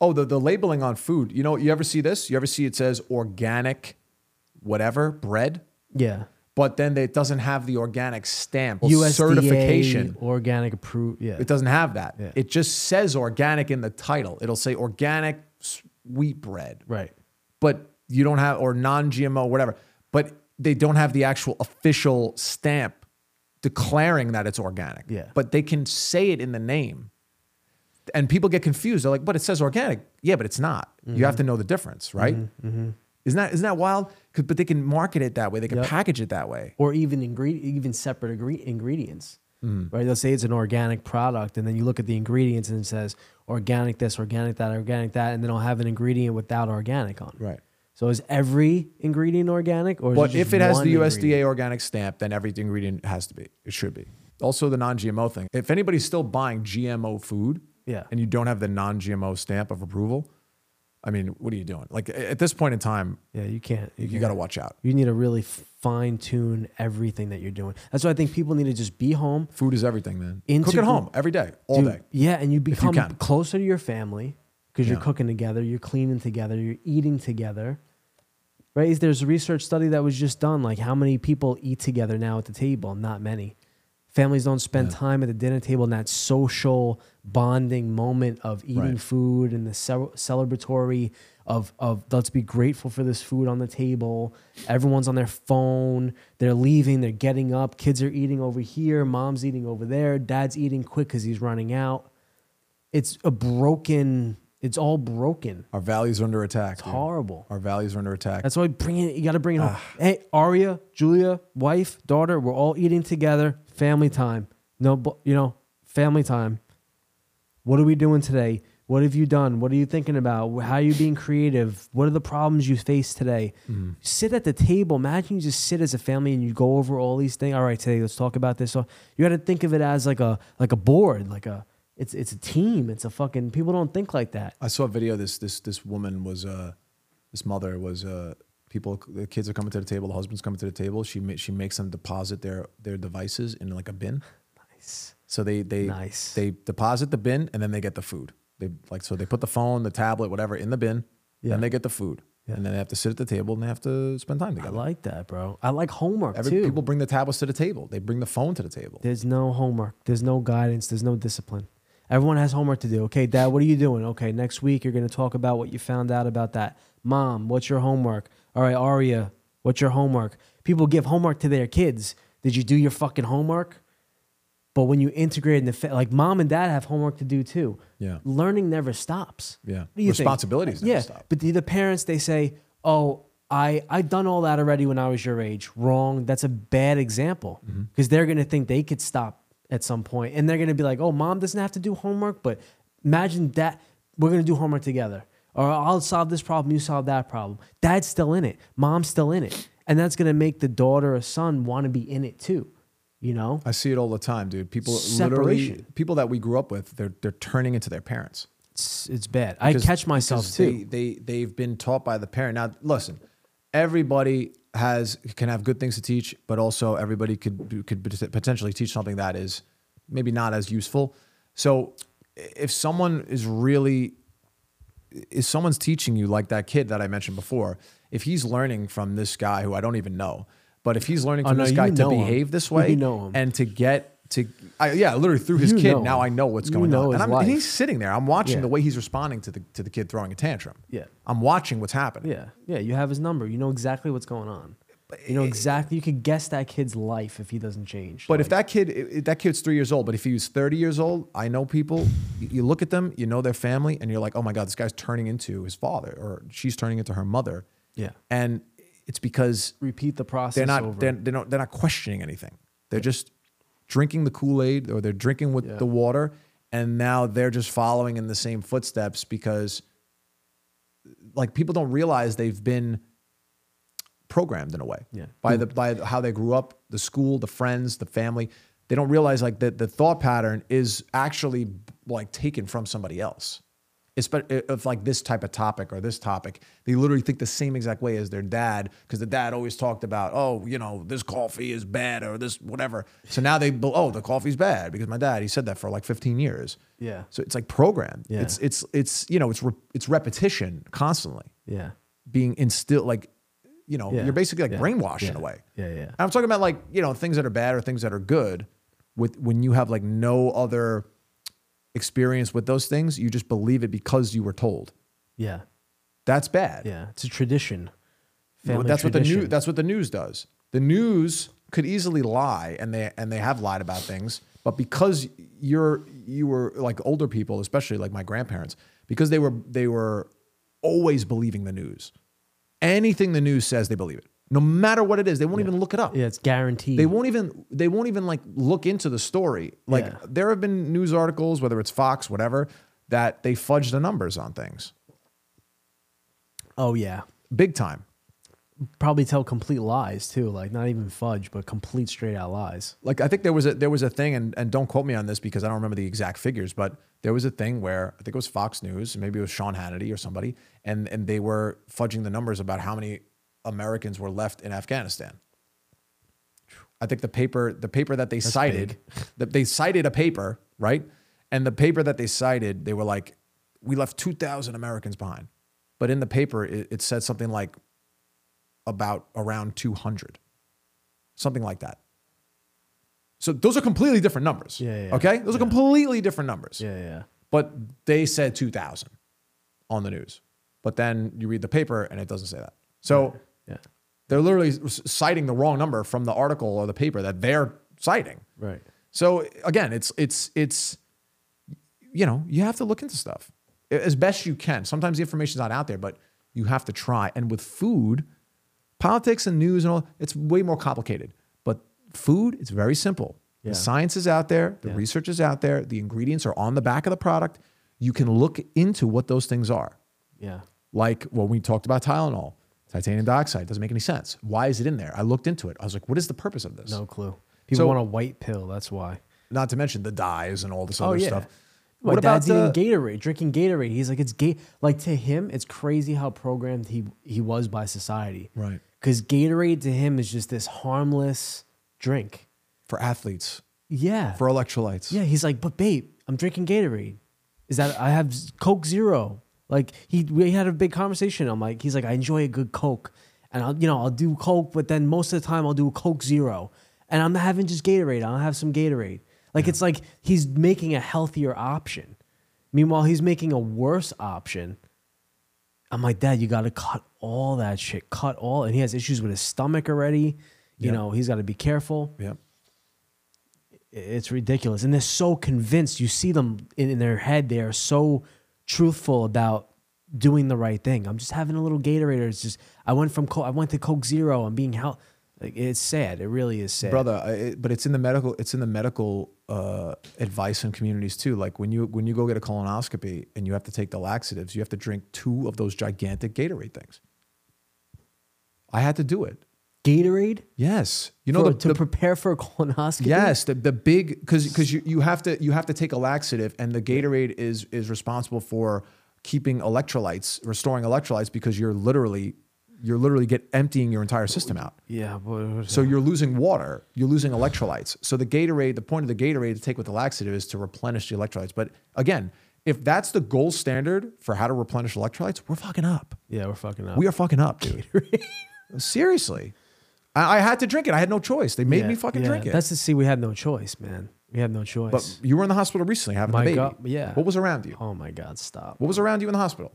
S1: Oh, the, the labeling on food. You know, you ever see this? You ever see it says organic whatever bread?
S2: Yeah,
S1: But then it doesn't have the organic stamp or
S2: USDA
S1: certification.
S2: organic approved. Yeah,
S1: It doesn't have that.
S2: Yeah.
S1: It just says organic in the title. It'll say organic s- wheat bread.
S2: right.
S1: but you don't have or non-GMO whatever, but they don't have the actual official stamp declaring that it's organic.
S2: Yeah.
S1: But they can say it in the name. And people get confused. They're like, "But it says organic." Yeah, but it's not. You
S2: Mm-hmm.
S1: have to know the difference, right? Isn't that isn't that wild? 'Cause- But they can market it that way. They can
S2: Yep.
S1: package it that way.
S2: Or even ingre- even separate agree- ingredients.
S1: Mm.
S2: Right? They'll say it's an organic product, and then you look at the ingredients and it says organic this, organic that, organic that, and then it'll have an ingredient without organic on. it.
S1: Right.
S2: So is every ingredient organic, or is
S1: But
S2: just
S1: if it has
S2: one
S1: the
S2: ingredient?
S1: USDA organic stamp, then every ingredient has to be. It should be. Also, the non-GMO thing. If anybody's still buying GMO food,
S2: Yeah.
S1: and you don't have the non-GMO stamp of approval, I mean, what are you doing? Like a- at this point in time,
S2: Yeah, you can't. You,
S1: you got to watch out.
S2: You need to really fine tune everything that you're doing. That's why I think people need to just be home.
S1: Food is everything, man. Cook
S2: Integra-
S1: at home every day, all
S2: do-
S1: day.
S2: Yeah, and you become
S1: can.
S2: closer to your family because you're
S1: Yeah.
S2: cooking together, you're cleaning together, you're eating together. Right? There's a research study that was just done like how many people eat together now at the table? Not many. Families don't spend
S1: Yeah.
S2: time at the dinner table in that social bonding moment of eating
S1: Right.
S2: food and the cel- celebratory of of let's be grateful for this food on the table. Everyone's on their phone. They're leaving. They're getting up. Kids are eating over here. Mom's eating over there. Dad's eating quick because he's running out. It's a broken. It's all broken.
S1: Our values are under attack.
S2: It's
S1: dude.
S2: horrible.
S1: Our values are under attack.
S2: That's why bring it. You got to bring it home.
S1: Ah.
S2: Hey, Aria, Julia, wife, daughter, we're all eating together. Family time. No, bu- you know, family time. What are we doing today? What have you done? What are you thinking about? How are you being creative? What are the problems you face today?
S1: Mm-hmm.
S2: Sit at the table. Imagine you just sit as a family and you go over all these things. All right, today let's talk about this. So you got to think of it as like a like a board, like a it's it's a team. It's a fucking people don't think like that.
S1: I saw a video. This this this woman was uh, this mother was uh, people. The kids are coming to the table. The husband's coming to the table. She ma- she makes them deposit their their devices in like a bin.
S2: Nice.
S1: So they they
S2: Nice.
S1: they deposit the bin and then they get the food. They like so they put the phone, the tablet, whatever in the bin.
S2: Yeah.
S1: Then they get the food,
S2: Yeah.
S1: and then they have to sit at the table and they have to spend time
S2: I
S1: together.
S2: like that, bro. I like homework
S1: Every,
S2: too.
S1: People bring the tablets to the table. They bring the phone to the table.
S2: There's no homework. There's no guidance. There's no discipline. Everyone has homework to do. Okay, dad, what are you doing? Okay, next week you're going to talk about what you found out about that. Mom, what's your homework? All right, Aria, what's your homework? People give homework to their kids. Did you do your fucking homework? But when you integrate in the fa- like mom and dad have homework to do too.
S1: Yeah.
S2: Learning never stops.
S1: Yeah.
S2: What do you think?
S1: Responsibilities never
S2: yeah.
S1: stop.
S2: But the, the parents they say, "Oh, I I done all that already when I was your age." Wrong. That's a bad example
S1: Mm-hmm.
S2: because they're gonna think they could stop at some point, and they're gonna be like, "Oh, mom doesn't have to do homework." But imagine that we're gonna do homework together, or I'll solve this problem, you solve that problem. Dad's still in it, mom's still in it, and that's gonna make the daughter or son want to be in it too. You know,
S1: I see it all the time, dude. People literally
S2: Separation.
S1: people that we grew up with, they're they're turning into their parents.
S2: it's, it's bad. I
S1: Because-
S2: catch myself
S1: because
S2: too.
S1: They, they they've been taught by the parent. Now listen, everybody has can have good things to teach, but also everybody could do- could pot- potentially teach something that is maybe not as useful. So if someone is really if someone's teaching you like that kid that I mentioned before, if he's learning from this guy who I don't even know, but if he's learning
S2: Oh,
S1: from
S2: no,
S1: this
S2: you
S1: guy to
S2: know him.
S1: behave this way
S2: You know him.
S1: and to get to I, yeah, literally through his
S2: You
S1: kid,
S2: know him.
S1: now I know what's
S2: You
S1: going
S2: know
S1: on.
S2: his
S1: And I'm, and
S2: life.
S1: he's sitting there. I'm watching
S2: Yeah.
S1: the way he's responding to the to the kid throwing a tantrum.
S2: Yeah.
S1: I'm watching what's happening.
S2: Yeah, yeah. You have his number. You know exactly what's going on. You know exactly. You could guess that kid's life if he doesn't change.
S1: But if that kid, i- i- that kid's three years old, but if he was 30 years old, I know people. y- You look at them, you know their family, and you're like, oh my god, this guy's turning into his father, or she's turning into her mother.
S2: Yeah.
S1: and it's because
S2: repeat the process,
S1: they're not
S2: Over.
S1: they're, they're not they're not questioning anything. They're just drinking the Kool Aid or they're drinking with
S2: Yeah.
S1: the water, and now they're just following in the same footsteps because, like, people don't realize they've been programmed in a way
S2: Yeah.
S1: by the by how they grew up, the school, the friends, the family. They don't realize like that the thought pattern is actually like taken from somebody else. Especially if like this type of topic or this topic, they literally think the same exact way as their dad because the dad always talked about, oh, you know, this coffee is bad or this whatever. So now they, bel- oh, the coffee's bad because my dad he said that for like 15 years.
S2: Yeah.
S1: So it's like programmed.
S2: Yeah.
S1: It's it's it's you know it's re- it's repetition constantly
S2: yeah,
S1: being instilled like you know
S2: Yeah.
S1: you're basically like
S2: Yeah.
S1: brainwashed in
S2: Yeah.
S1: a way
S2: Yeah, yeah.
S1: And i'm talking about like you know things that are bad or things that are good with when you have like no other experience with those things you just believe it because you were told
S2: yeah,
S1: that's bad
S2: yeah. It's a tradition.
S1: Well,
S2: Family
S1: that's what the
S2: tradition.
S1: news that's what the news does the news could easily lie and they and they have lied about things but because you're you were like older people especially like my grandparents because they were they were always believing the news anything the news says they believe it no matter what it is they won't even look it up
S2: yeah, it's guaranteed.
S1: they won't even they won't even like look into the story like
S2: Yeah.
S1: there have been news articles whether it's fox whatever that they fudge the numbers on things
S2: oh yeah,
S1: big time
S2: probably tell complete lies too. Like not even fudge, but complete straight out lies.
S1: like I think there was a there was a thing, and and don't quote me on this because I don't remember the exact figures, but there was a thing where I think it was Fox News, maybe it was Sean Hannity or somebody, and and they were fudging the numbers about how many Americans were left in Afghanistan. I think the paper the paper that they cited, that they cited a paper right, and the paper that they cited, they were like, we left two thousand Americans behind, but in the paper it, it said something like about around two hundred, something like that So those are completely different numbers.
S2: Yeah, yeah, yeah.
S1: Okay? Those are completely different numbers.
S2: Yeah, yeah.
S1: But they said 2,000 on the news. But then you read the paper and it doesn't say that. So
S2: Yeah.
S1: they're literally s- citing the wrong number from the article or the paper that they're citing.
S2: Right.
S1: So again, it's it's it's you know, you have to look into stuff as best you can. Sometimes the information's not out there, but you have to try. And with food, politics and news and all, it's way more complicated. But food, it's very simple.
S2: Yeah.
S1: The science is out there, the research is out there, the ingredients are on the back of the product. You can look into what those things are.
S2: Yeah.
S1: Like when we talked about Tylenol, titanium dioxide doesn't make any sense. Why is it in there? I looked into it. I was like, what is the purpose of this?
S2: No clue. People
S1: So-
S2: want a white pill. That's why.
S1: Not to mention the dyes and all this other stuff.
S2: My
S1: what about
S2: Oh, dad's
S1: the,
S2: eating Gatorade, drinking Gatorade. He's like, it's gay. Like to him, it's crazy how programmed he he was by society.
S1: Right.
S2: Because Gatorade to him is just this harmless drink.
S1: for athletes,
S2: Yeah.
S1: for electrolytes?
S2: yeah. He's like, but babe, I'm drinking Gatorade. Is that I have z- Coke Zero? Like he we had a big conversation. I'm like, he's like, I enjoy a good Coke, and I'll you know I'll do Coke, but then most of the time I'll do Coke Zero, and I'm having just Gatorade. I'll have some Gatorade. Like it's like he's making a healthier option. Meanwhile, he's making a worse option. I'm like, Dad, you got to cut all that shit. Cut all, and he has issues with his stomach already. You
S1: Yeah.
S2: know, he's got to be careful
S1: Yep.
S2: it's ridiculous and they're so convinced you see them in, in their head they are so truthful about doing the right thing i'm just having a little gatorade or it's just i went from coke i went to coke zero i'm being held like, it's sad it really is sad
S1: brother. I, it, but it's in the medical. It's in the medical uh, advice and communities too. Like when you when you go get a colonoscopy and you have to take the laxatives, you have to drink two of those gigantic Gatorade things. I had to do it.
S2: gatorade
S1: Yes, you know
S2: for,
S1: the,
S2: to
S1: the-
S2: prepare for a colonoscopy
S1: yes the, the big because because you, you have to you have to take a laxative and the Gatorade is is responsible for keeping electrolytes restoring electrolytes because you're literally you're literally get emptying your entire system out.
S2: yeah but,
S1: So you're losing water, you're losing electrolytes. So the Gatorade, the point of the Gatorade to take with the laxative is to replenish the electrolytes. But again, if that's the gold standard for how to replenish electrolytes, we're fucking up.
S2: yeah we're fucking up
S1: We are fucking up, dude. Seriously. I, I had to drink it. I had no choice. They made
S2: Yeah,
S1: me fucking
S2: yeah.
S1: drink it.
S2: that's to see we had no choice man we had no choice
S1: but you were in the hospital recently having a
S2: My
S1: baby.
S2: God, yeah.
S1: What was around you?
S2: oh my god stop
S1: What was around you in the hospital?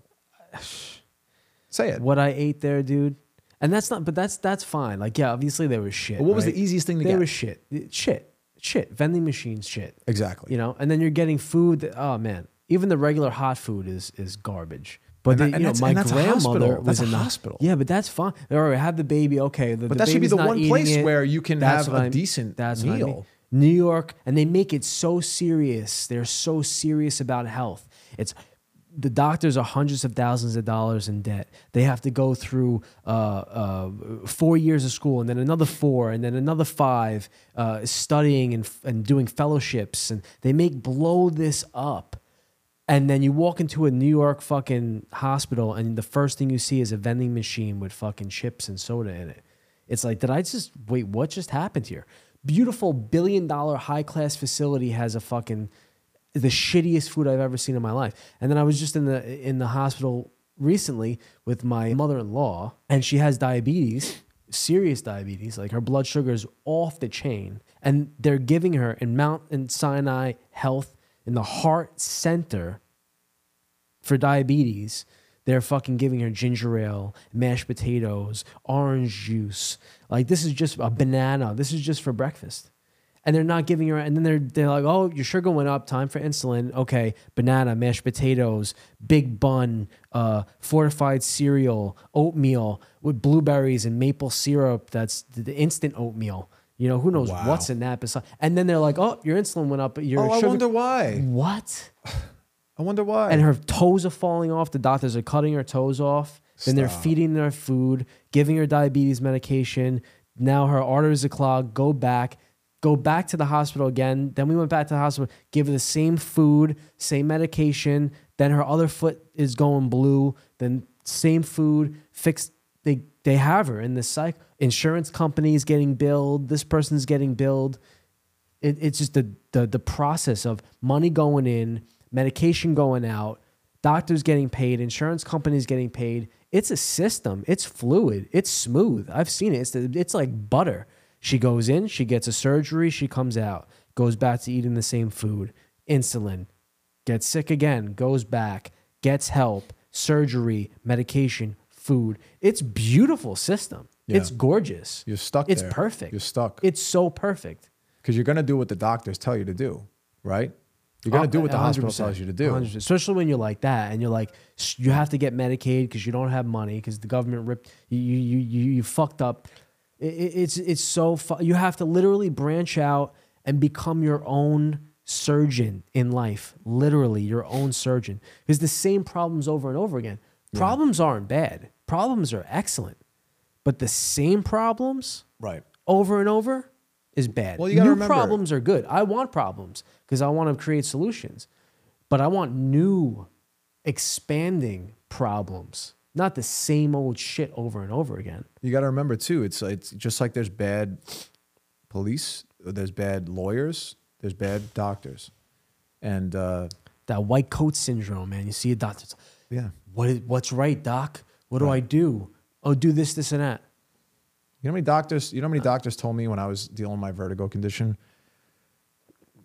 S1: Say it. What,
S2: what I ate there, dude. And that's not, but that's that's fine. Like, yeah, obviously they were shit.
S1: But what was
S2: right?
S1: the easiest thing to
S2: they
S1: get?
S2: were shit, shit, shit. Vending machines, shit.
S1: Exactly.
S2: You know, and then you're getting food. That, oh man, even the regular hot food is is garbage. But
S1: And
S2: they-
S1: that- and
S2: you know,
S1: that's-
S2: my
S1: and that's a hospital.
S2: grandmother was
S1: That's a
S2: in the
S1: hospital.
S2: Yeah, but that's fine. All right, have the baby. Okay, the,
S1: But
S2: the
S1: that should be
S2: baby's
S1: the
S2: not
S1: one
S2: eating
S1: place
S2: it.
S1: where you can have
S2: what
S1: a
S2: I'm-
S1: decent
S2: what I mean.
S1: meal.
S2: New York, and they make it so serious. They're so serious about health. It's the doctors are hundreds of thousands of dollars in debt. They have to go through uh, uh, four years of school, and then another four, and then another five, uh, studying and and doing fellowships, and they make blow this up. And then you walk into a New York fucking hospital, and the first thing you see is a vending machine with fucking chips and soda in it. It's like, did I just wait? What just happened here? Beautiful billion dollar high class facility has a fucking the shittiest food I've ever seen in my life. And then I was just in the in the hospital recently with my mother in law, and she has diabetes, serious diabetes. Like her blood sugar is off the chain, and they're giving her in Mount and Sinai Health in the heart center for diabetes, they're fucking giving her ginger ale, mashed potatoes, orange juice. Like this is just a banana. This is just for breakfast. And they're not giving her and then they're they're like, "Oh, your sugar went up, time for insulin." Okay, banana, mashed potatoes, big bun, uh fortified cereal, oatmeal with blueberries and maple syrup that's the the instant oatmeal. You know, who knows
S1: Wow.
S2: what's in that besides and then they're like, "Oh, your insulin went up, but your
S1: Oh, I
S2: sugar
S1: wonder why.
S2: What?
S1: I wonder why.
S2: and her toes are falling off. The doctors are cutting her toes off. Then they're
S1: Stop.
S2: feeding her food, giving her diabetes medication. Now her arteries are clogged. Go back, go back to the hospital again. Then we went back to the hospital, give her the same food, same medication. Then her other foot is going blue. Then same food, fixed. They they have her in this cycle. Insurance companies getting billed. This person's getting billed it, it's just the, the the process of money going in, medication going out, doctors getting paid, insurance companies getting paid. It's a system. It's fluid. It's smooth. I've seen it. It's it's like butter. She goes in, she gets a surgery, she comes out, goes back to eating the same food, insulin, gets sick again, goes back, gets help, surgery, medication, food. It's beautiful system.
S1: Yeah.
S2: It's gorgeous.
S1: You're stuck
S2: It's
S1: there.
S2: perfect.
S1: You're stuck.
S2: It's so perfect.
S1: because you're going to do what the doctors tell you to do, right? You're
S2: Oh,
S1: going to do what the hospital
S2: 100%,
S1: tells you to do.
S2: 100%. Especially when you're like that and you're like, "Sh- you have to get Medicaid because you don't have money because the government ripped you, you, you, you, you fucked up. I- I- it's, it's so, fu- you have to literally branch out and become your own surgeon in life. Literally, your own surgeon. Because the same problems over and over again. Problems aren't bad, problems are excellent. But the same problems,
S1: Right.
S2: over and over is bad.
S1: Well, you
S2: new
S1: gotta remember-
S2: problems are good. I want problems because I want to create solutions, but I want new, expanding problems, not the same old shit over and over again.
S1: You got to remember too. It's it's just like there's bad police, there's bad lawyers, there's bad doctors, and uh,
S2: That white coat syndrome, man. You see a doctor, it's,
S1: yeah,
S2: what is, what's right, doc? What do I do? Oh, do this, this, and that.
S1: You know how many doctors? You know how many doctors told me when I was dealing with my vertigo condition,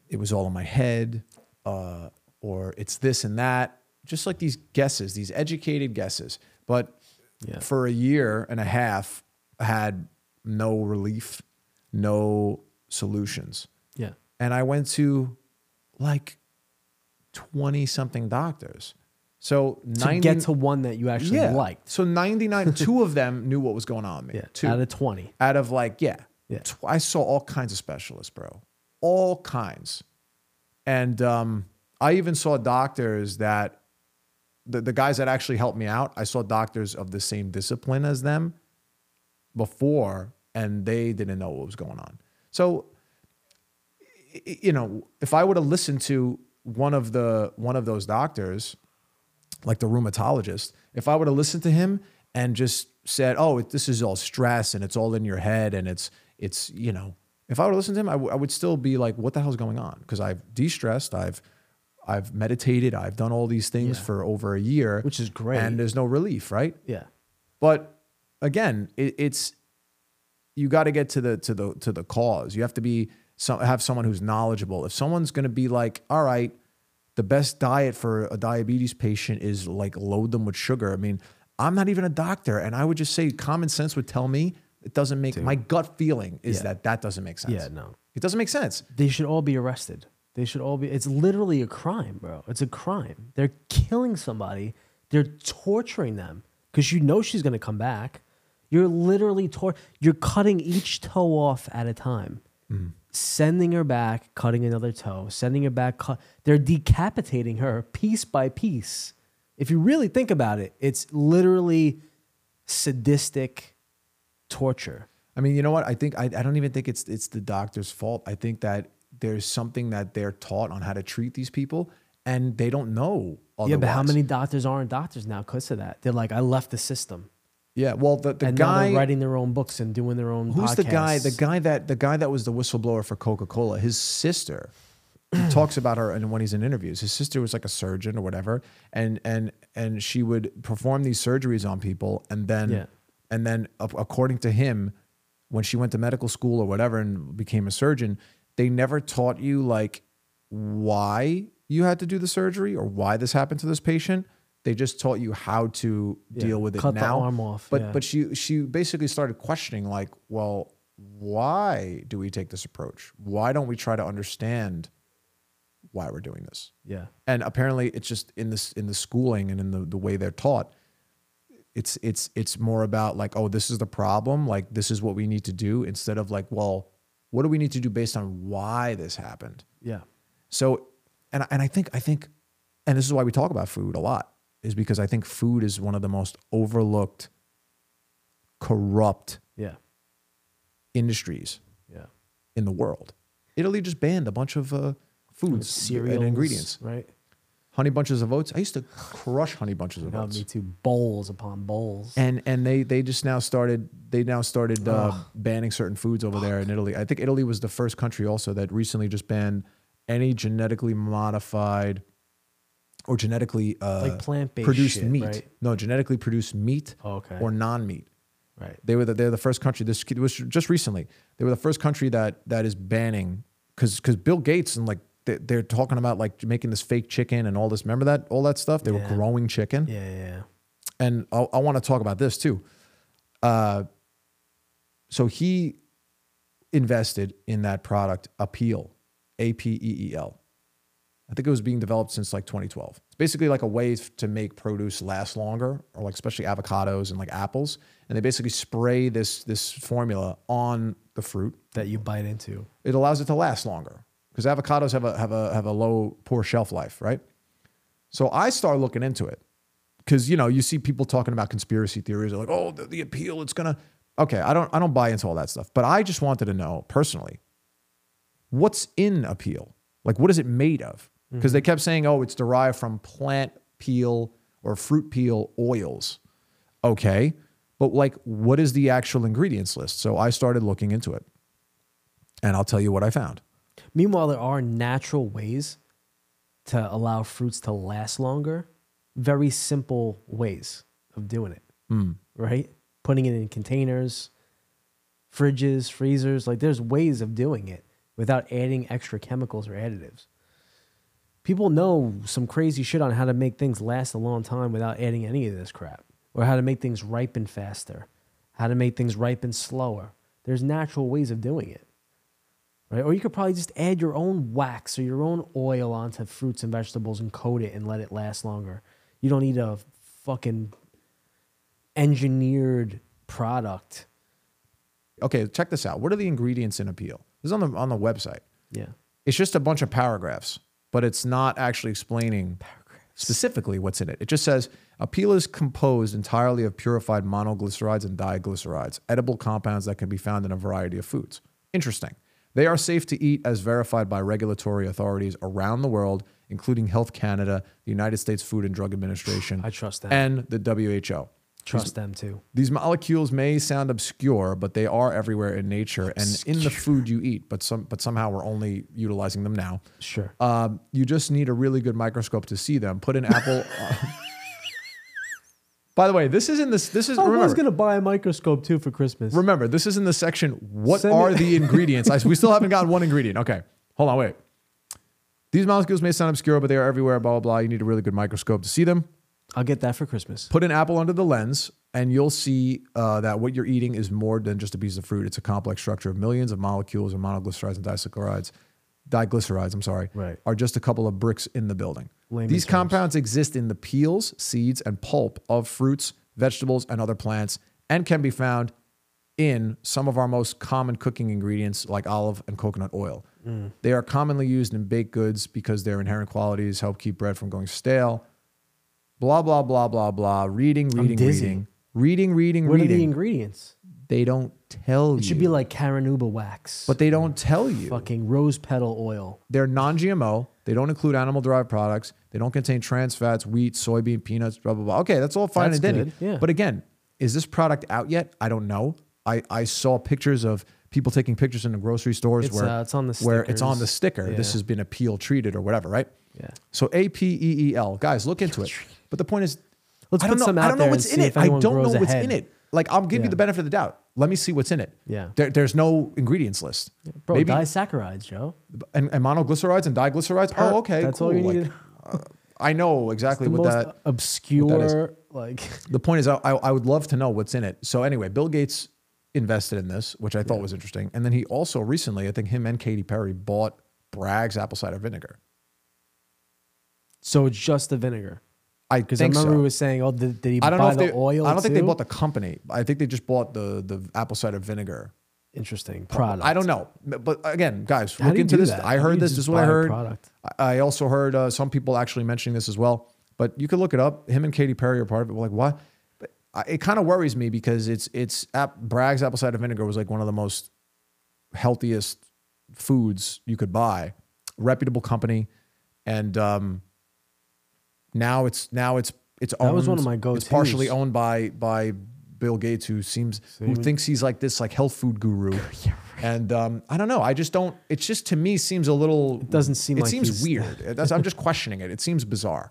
S1: it was all in my head, uh, or it's this and that. Just like these guesses, these educated guesses. But
S2: Yeah.
S1: for a year and a half, I had no relief, no solutions,
S2: Yeah.
S1: and I went to like twenty something doctors. So
S2: To
S1: ninety
S2: get to one that you actually
S1: yeah.
S2: liked.
S1: So ninety nine, two of them knew what was going on with me.
S2: Yeah.
S1: Two
S2: Out of 20.
S1: out of like yeah,
S2: Yeah.
S1: Tw- I saw all kinds of specialists, bro, all kinds, and um, I even saw doctors that the the guys that actually helped me out. I saw doctors of the same discipline as them before, and they didn't know what was going on. So i- i- you know, if I would have listened to one of the one of those doctors, like the rheumatologist, if I would have listened to him and just said, "Oh, it, this is all stress and it's all in your head and it's it's you know," if I would have listened to him, I, w- I would still be like, "What the hell's going on?" Because I've de-stressed, I've I've meditated, I've done all these things
S2: Yeah.
S1: for over a year,
S2: Which is great.
S1: and there's no relief, right?
S2: Yeah.
S1: But again, it, it's you got to get to the to the to the cause. You have to be some have someone who's knowledgeable. If someone's going to be like, "All right, the best diet for a diabetes patient is like load them with sugar." I mean, I'm not even a doctor, and I would just say common sense would tell me it doesn't make my gut feeling is
S2: Yeah.
S1: that that doesn't make sense.
S2: Yeah, no.
S1: It doesn't make sense.
S2: they should all be arrested. They should all be. It's literally a crime, bro. It's a crime. They're killing somebody. They're torturing them because you know she's gonna come back. You're literally tor- You're cutting each toe off at a time, sending her back, cutting another toe, sending her back. Cut. They're decapitating her piece by piece. If you really think about it, it's literally sadistic torture.
S1: I mean, you know what? I think I, I don't even think it's it's the doctor's fault. I think that there's something that they're taught on how to treat these people, and they don't know. Otherwise.
S2: Yeah, but how many doctors aren't doctors now because of that? They're like, I left the system,
S1: Yeah, well, the, the
S2: and now
S1: guy
S2: they're writing their own books and doing their own.
S1: who's the guy the
S2: podcasts.
S1: guy that the guy that was the whistleblower for coca-cola his sister he talks about her and when he's in interviews his sister was like a surgeon or whatever and and and she would perform these surgeries on people and then
S2: Yeah.
S1: and then a- according to him when she went to medical school or whatever and became a surgeon they never taught you like why you had to do the surgery or why this happened to this patient they just taught you how to
S2: Yeah,
S1: deal with it
S2: cut the
S1: now
S2: arm off,
S1: but
S2: yeah.
S1: but she she basically started questioning like well why do we take this approach why don't we try to understand why we're doing this
S2: Yeah,
S1: and apparently it's just in this in the schooling and in the, the way they're taught it's it's it's more about like oh this is the problem like this is what we need to do instead of like well what do we need to do based on why this happened
S2: yeah,
S1: so, and and I think I think, and this is why we talk about food a lot, is because I think food is one of the most overlooked, corrupt
S2: yeah,
S1: industries
S2: yeah.
S1: in the world. Italy just banned a bunch of uh, foods
S2: Cereals,
S1: and ingredients.
S2: right?
S1: Honey bunches of oats. I used to crush honey bunches of
S2: Now
S1: oats.
S2: me too. Bowls upon bowls.
S1: And and they they just now started they now started uh, banning certain foods over there in Italy. I think Italy was the first country also that recently just banned any genetically modified or genetically uh,
S2: Like plant-based
S1: produced
S2: shit,
S1: meat.
S2: right?
S1: No, genetically produced meat
S2: Oh, okay.
S1: or non meat.
S2: Right.
S1: They were the, they're the first country. This it was just recently. They were the first country that that is banning because because Bill Gates and like they, they're talking about like making this fake chicken and all this. Remember that all that stuff? They
S2: Yeah.
S1: were growing chicken.
S2: Yeah, yeah, yeah.
S1: And I, I want to talk about this too. Uh, so he invested in that product Appeal, A P E E L. I think it was being developed since like 2012. It's basically like a way f- to make produce last longer, or like especially avocados and like apples. And they basically spray this this formula on the fruit.
S2: That you bite into.
S1: It allows it to last longer because avocados have a have a have a low poor shelf life, right? So I start looking into it because you know you see people talking about conspiracy theories. They're like, oh, the, the appeal, it's gonna. Okay, I don't I don't buy into all that stuff, but I just wanted to know personally what's in a peel? Like, what is it made of? Because they kept saying, oh, it's derived from plant peel or fruit peel oils. Okay. But, like, what is the actual ingredients list? So I started looking into it. And I'll tell you what I found.
S2: Meanwhile, there are natural ways to allow fruits to last longer. Very simple ways of doing it, right? Putting it in containers, fridges, freezers. Like there's ways of doing it without adding extra chemicals or additives. People know some crazy shit on how to make things last a long time without adding any of this crap, or how to make things ripen faster, how to make things ripen slower. There's natural ways of doing it right? Or you could probably just add your own wax or your own oil onto fruits and vegetables and coat it and let it last longer. You don't need a fucking engineered product.
S1: Okay, check this out. What are the ingredients in a peel? This is on the, on the website.
S2: Yeah.
S1: It's just a bunch of paragraphs, but it's not actually explaining specifically what's in it. It just says a peel is composed entirely of purified monoglycerides and diglycerides, edible compounds that can be found in a variety of foods. Interesting. They are safe to eat as verified by regulatory authorities around the world, including Health Canada, the United States Food and Drug Administration,
S2: I trust them.
S1: and the WHO.
S2: Trust them too.
S1: These molecules may sound obscure, but they are everywhere in nature and in the food you eat. But some, but somehow we're only utilizing them now.
S2: Sure.
S1: Um, you just need a really good microscope to see them. Put an apple. By the way, this is in this. This is
S2: I was
S1: remember.
S2: going to buy a microscope too for Christmas.
S1: remember, this is in the section. What
S2: Send
S1: are
S2: it-
S1: the ingredients? I, we still haven't gotten one ingredient. Okay, hold on, wait. These molecules may sound obscure, but they are everywhere. Blah blah blah. You need a really good microscope to see them.
S2: I'll get that for Christmas.
S1: Put an apple under the lens, and you'll see uh, that what you're eating is more than just a piece of fruit. It's a complex structure of millions of molecules and monoglycerides and diglycerides. Diglycerides, I'm sorry,
S2: Right.
S1: are just a couple of bricks in the building.
S2: Layman
S1: These
S2: terms.
S1: compounds exist in the peels, seeds, and pulp of fruits, vegetables, and other plants, and can be found in some of our most common cooking ingredients like olive and coconut oil.
S2: Mm.
S1: They are commonly used in baked goods because their inherent qualities help keep bread from going stale blah blah blah blah blah. Reading, reading,
S2: dizzy.
S1: reading, reading, reading,
S2: What are the
S1: reading.
S2: ingredients?
S1: they don't tell you.
S2: It should be like Caranuba wax,
S1: but they don't tell you.
S2: fucking rose petal oil.
S1: They're non-GMO. They don't include animal-derived products. They don't contain trans fats, wheat, soybean, peanuts, blah blah blah. Okay, that's all fine
S2: That's
S1: and dandy.
S2: good, yeah.
S1: But again, is this product out yet? I don't know. I, I saw pictures of people taking pictures in the grocery stores
S2: It's,
S1: where
S2: uh, it's on the
S1: where it's on the
S2: stickers.
S1: sticker. This
S2: Yeah.
S1: has been a peel treated or whatever, right?
S2: Yeah.
S1: So A P E E L. Guys, look into it. But the point is,
S2: Let's
S1: I don't
S2: put
S1: know,
S2: some out
S1: I don't know
S2: there and
S1: what's in
S2: see
S1: it.
S2: if
S1: I
S2: anyone
S1: don't know
S2: grows a
S1: what's
S2: head.
S1: in it. Like, I'll give
S2: Yeah.
S1: you the benefit of the doubt. Let me see what's in it.
S2: Yeah.
S1: There, there's no ingredients list.
S2: Bro,
S1: Maybe
S2: disaccharides, Joe.
S1: and, and monoglycerides and diglycerides.
S2: Perp.
S1: oh, okay.
S2: That's
S1: cool.
S2: all you
S1: Like,
S2: needed.
S1: uh, I know exactly
S2: the
S1: what
S2: most uh,
S1: that.
S2: obscure like
S1: The point is, I, I I would love to know what's in it. So anyway, Bill Gates invested in this, which I thought was interesting. And then he also recently, I think him and Katy Perry bought Bragg's apple cider vinegar.
S2: so it's just the vinegar
S1: I
S2: because I
S1: think
S2: remember
S1: so.
S2: we were saying oh did, did he
S1: I don't
S2: buy
S1: know if
S2: the
S1: they.
S2: oil
S1: I don't think they
S2: too?
S1: bought the company. I think they just bought the the apple cider vinegar
S2: interesting product
S1: I don't know, but again, guys,
S2: How do
S1: look
S2: you
S1: into
S2: do
S1: this.
S2: that?
S1: I
S2: How do you
S1: heard this.
S2: just
S1: This is what
S2: buy
S1: I
S2: the
S1: heard.
S2: product?
S1: I I also heard uh, some people actually mentioning this as well. But you could look it up. Him and Katy Perry are part of it. We're like, what? But I, it kind of worries me because it's it's app, Bragg's apple cider vinegar was like one of the most healthiest foods you could buy, reputable company, and um, now it's now it's it's owned.
S2: That was one of my
S1: It's partially
S2: go-tos.
S1: owned by by Bill Gates, who seems who
S2: Same.
S1: thinks he's like this like health food guru. And um, I don't know. I just don't. It's just to me seems a little. It
S2: doesn't seem
S1: It
S2: like
S1: seems
S2: he's-
S1: weird. That's, I'm just questioning it. It seems bizarre.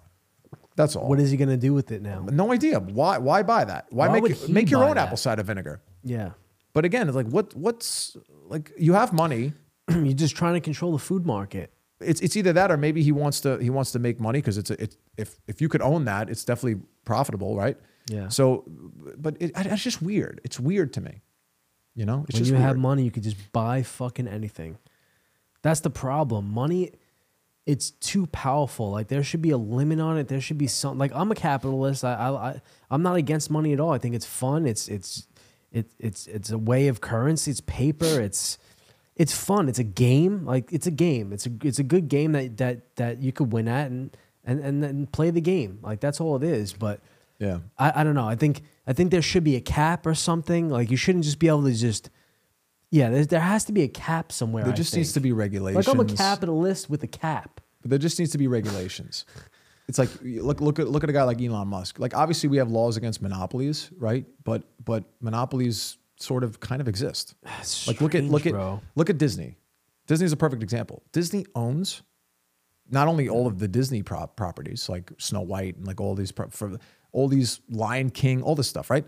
S1: That's all.
S2: What is he going to do with it now?
S1: no idea. Why why buy that? Why,
S2: Why would
S1: make
S2: he
S1: make your
S2: buy
S1: own
S2: that?
S1: apple cider vinegar?
S2: Yeah.
S1: But again, it's like what what's like you have money.
S2: You're just trying to control the food market.
S1: It's it's either that or maybe he wants to he wants to make money because it's a, it if if you could own that, it's definitely profitable, right?
S2: Yeah.
S1: So, but it, I- it's just weird. It's weird to me. You know, it's
S2: when
S1: just
S2: you have
S1: weird.
S2: money, you could just buy fucking anything. That's the problem. Money, it's too powerful. Like there should be a limit on it. There should be some. Like I'm a capitalist. I, I, I I'm not against money at all. I think it's fun. It's it's it, it's it's a way of currency. It's paper. It's it's fun. It's a game. Like it's a game. It's a it's a good game that that that you could win at and and and then play the game. Like that's all it is. But
S1: yeah.
S2: I, I don't know. I think I think there should be a cap or something. Like you shouldn't just be able to just yeah. There there has to be a cap somewhere.
S1: There just needs to be regulations.
S2: like I'm a capitalist with a cap.
S1: But there just needs to be regulations. It's like you look look at look at a guy like Elon Musk. Like obviously we have laws against monopolies, right? But but monopolies sort of kind of exist.
S2: That's
S1: like look at look
S2: strange,
S1: at
S2: bro.
S1: look at Disney. Disney's a perfect example. Disney owns not only all of the Disney prop properties like Snow White and like all these pro- for all these Lion King, all this stuff, right?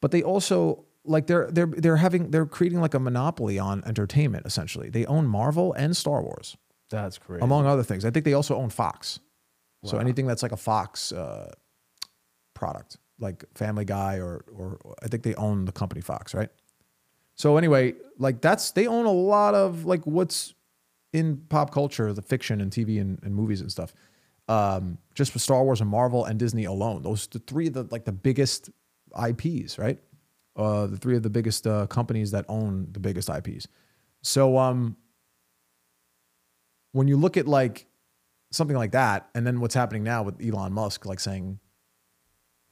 S1: But they also like they're they're they're having they're creating like a monopoly on entertainment essentially. They own Marvel and Star Wars
S2: That's crazy.
S1: among other things. I think they also own Fox. So anything that's like a Fox uh, product, like Family Guy, or, or or I think they own the company Fox, right? So anyway, like that's they own a lot of like what's in pop culture, the fiction and TV and, and movies and stuff. Um, just with Star Wars and Marvel and Disney alone, those the three of the like the biggest IPs, right? Uh, the three of the biggest uh, companies that own the biggest IPs. So um, when you look at like something like that, and then what's happening now with Elon Musk, like saying,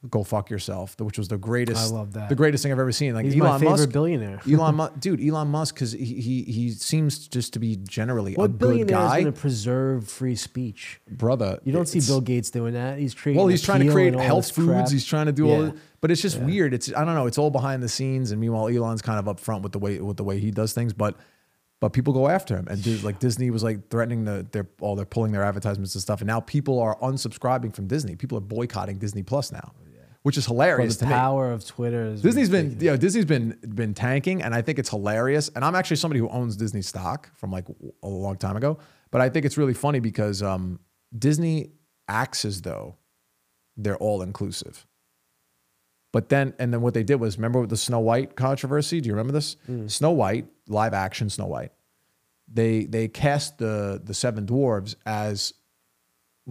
S1: "Go fuck yourself," which was the greatest.
S2: I love that.
S1: The greatest thing I've ever seen. Like
S2: He's
S1: Elon
S2: my favorite
S1: Musk.
S2: billionaire.
S1: Elon Musk, dude, Elon Musk, because he, he he seems just to be generally a
S2: What
S1: good
S2: billionaire is
S1: guy,
S2: going to preserve free speech?
S1: brother.
S2: You don't see
S1: it's-
S2: Bill Gates doing that. He's creating.
S1: Well, he's trying to
S2: appeal
S1: create
S2: and all
S1: health
S2: this
S1: foods.
S2: crap.
S1: He's trying to do all,
S2: Yeah.
S1: this, but it's just weird. It's I don't know. It's all behind the scenes, and meanwhile, Elon's kind of up front with the way with the way he does things, but. But people go after him, and dude, like Disney was like threatening the they're all they're pulling their advertisements and stuff, and now people are unsubscribing from Disney. People are boycotting Disney Plus now, which is
S2: But
S1: hilarious
S2: the
S1: to me.
S2: power of Twitter is
S1: Disney's
S2: ridiculous.
S1: been yeah, Disney's been been tanking, and I think it's hilarious. And I'm actually somebody who owns Disney stock from like a long time ago, but I think it's really funny because um, Disney acts as though they're all inclusive. But then, and then what they did was remember with the Snow White controversy. Do you remember this? Snow White live action Snow White. They they cast the the seven dwarves as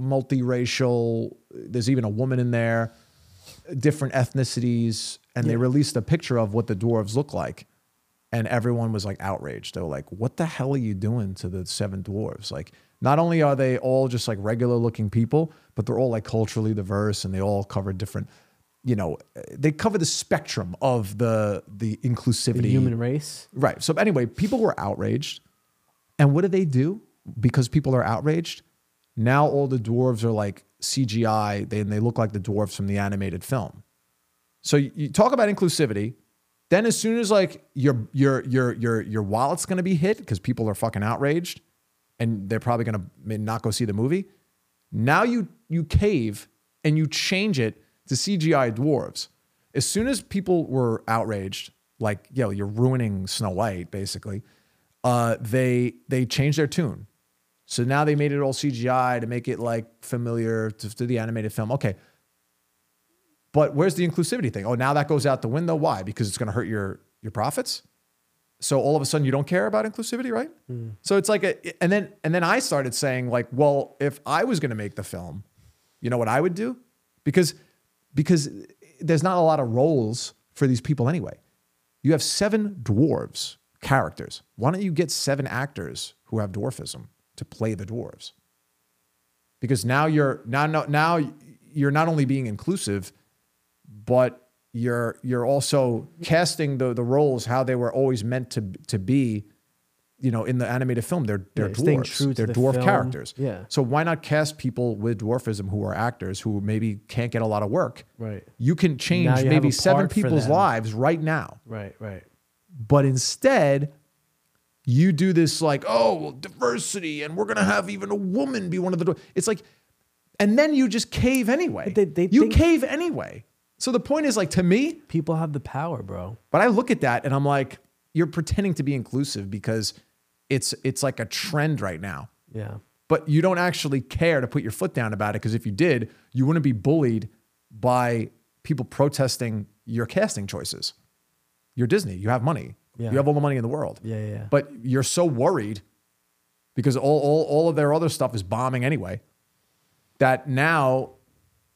S1: multiracial. There's even a woman in there, different ethnicities, and they released a picture of what the dwarves look like, and everyone was like outraged. They were like, "What the hell are you doing to the seven dwarves?" Like, not only are they all just like regular looking people, but they're all like culturally diverse, and they all cover different. You know, they cover the spectrum of the the inclusivity.
S2: the human race.
S1: Right. So anyway, people were outraged. And what do they do? Because people are outraged, now all the dwarves are like CGI, they, and they look like the dwarves from the animated film. So you, you talk about inclusivity. Then as soon as like your your your your your wallet's gonna be hit because people are fucking outraged, and they're probably gonna may not go see the movie. Now you you cave and you change it to CGI dwarves. As soon as people were outraged, like yo, you're ruining Snow White, basically. Uh, they they changed their tune. So now they made it all CGI to make it like familiar to, to the animated film. Okay, but where's the inclusivity thing? Oh, now that goes out the window. Why? Because it's going to hurt your your profits. So all of a sudden you don't care about inclusivity, right? So it's like a and then and then I started saying like, well, if I was going to make the film, you know what I would do? Because because there's not a lot of roles for these people anyway. You have seven dwarves characters. Why don't you get seven actors who have dwarfism to play the dwarves? because now you're now now, now you're not only being inclusive but you're you're also casting the the roles how they were always meant to to be you know in the animated film they're they're
S2: Yeah, staying
S1: dwarfs
S2: true to
S1: they're
S2: the
S1: dwarf
S2: film.
S1: characters
S2: Yeah.
S1: so why not cast people with dwarfism who are actors who maybe can't get a lot of work
S2: Right.
S1: you can change
S2: you have
S1: maybe
S2: a
S1: seven
S2: part for
S1: people's
S2: them.
S1: lives right now
S2: Right. Right.
S1: but instead you do this like oh well diversity and we're going to have even a woman be one of the it's like and then you just cave anyway.
S2: But they- they
S1: you
S2: think-
S1: cave anyway. So the point is like to me,
S2: People have the power, bro.
S1: but I look at that and I'm like, you're pretending to be inclusive because it's it's like a trend right now.
S2: Yeah.
S1: But you don't actually care to put your foot down about it because if you did, you wouldn't be bullied by people protesting your casting choices. You're Disney. You have money.
S2: Yeah.
S1: You have all the money in the world.
S2: Yeah, yeah, yeah.
S1: But you're so worried because all, all, all of their other stuff is bombing anyway that now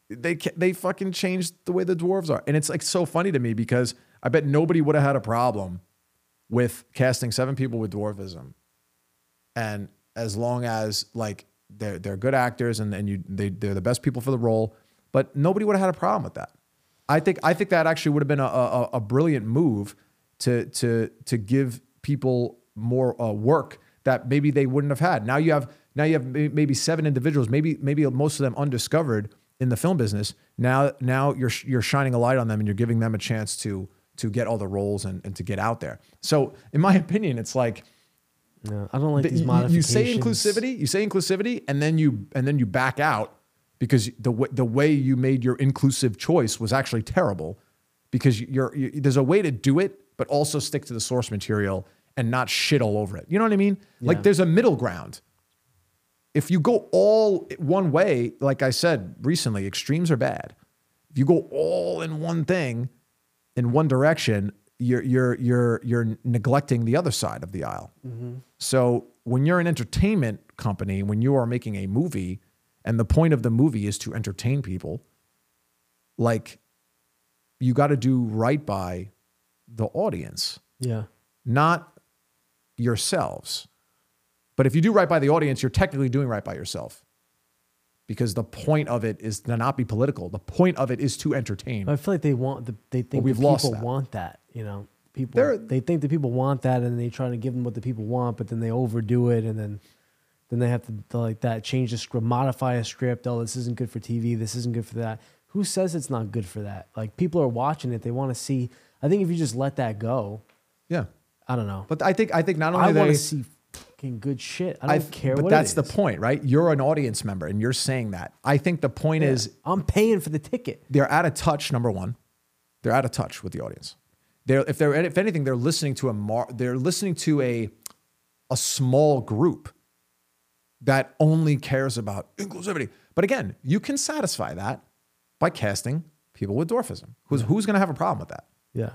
S1: they ca- they fucking changed the way the dwarves are. And it's like so funny to me because I bet nobody would have had a problem with casting seven people with dwarfism. And as long as like they're they're good actors and, and you they they're the best people for the role, but nobody would have had a problem with that. I think I think that actually would have been a a, a brilliant move to to to give people more uh, work that maybe they wouldn't have had. Now you have now you have may- maybe seven individuals, maybe maybe most of them undiscovered in the film business. Now now you're sh- you're shining a light on them and you're giving them a chance to to get all the roles and, and to get out there. So in my opinion, it's like
S2: No, I don't like
S1: that
S2: these
S1: you, you say
S2: modifications.
S1: inclusivity, you say inclusivity, and then you and then you back out because the w- the way you made your inclusive choice was actually terrible. Because you're, you there's a way to do it, but also stick to the source material and not shit all over it. You know what I mean? Like
S2: Yeah.
S1: there's a middle ground. If you go all one way, like I said recently, extremes are bad. If you go all in one thing, in one direction, you're you're you're you're neglecting the other side of the aisle. So when you're an entertainment company, when you are making a movie, and the point of the movie is to entertain people, like you got to do right by the audience,
S2: Yeah.
S1: not yourselves. But if you do right by the audience, you're technically doing right by yourself. Because the point of it is to not be political. The point of it is to entertain.
S2: I feel like they want the they think
S1: we've
S2: the
S1: lost
S2: people
S1: that.
S2: want that. You know, people
S1: There-
S2: they think the people want that, and they try to give them what the people want, but then they overdo it, and then then they have to, to like that change the script, modify a script. Oh, this isn't good for TV. This isn't good for that. Who says it's not good for that? Like people are watching it. They want to see. I think if you just let that go,
S1: Yeah.
S2: I don't know.
S1: But I think I think not only
S2: I
S1: they,
S2: want to see fucking good shit. I don't
S1: I've-
S2: care
S1: But
S2: what.
S1: that's
S2: it
S1: the
S2: is.
S1: point, right? You're an audience member, and you're saying that. I think the point
S2: Yeah.
S1: is
S2: I'm paying for the ticket.
S1: they're out of touch. Number one, they're out of touch with the audience. They're if they're if anything, they're listening to a mar- they're listening to a a small group that only cares about inclusivity. But again, you can satisfy that by casting people with dwarfism. Who's who's going to have a problem with that?
S2: Yeah.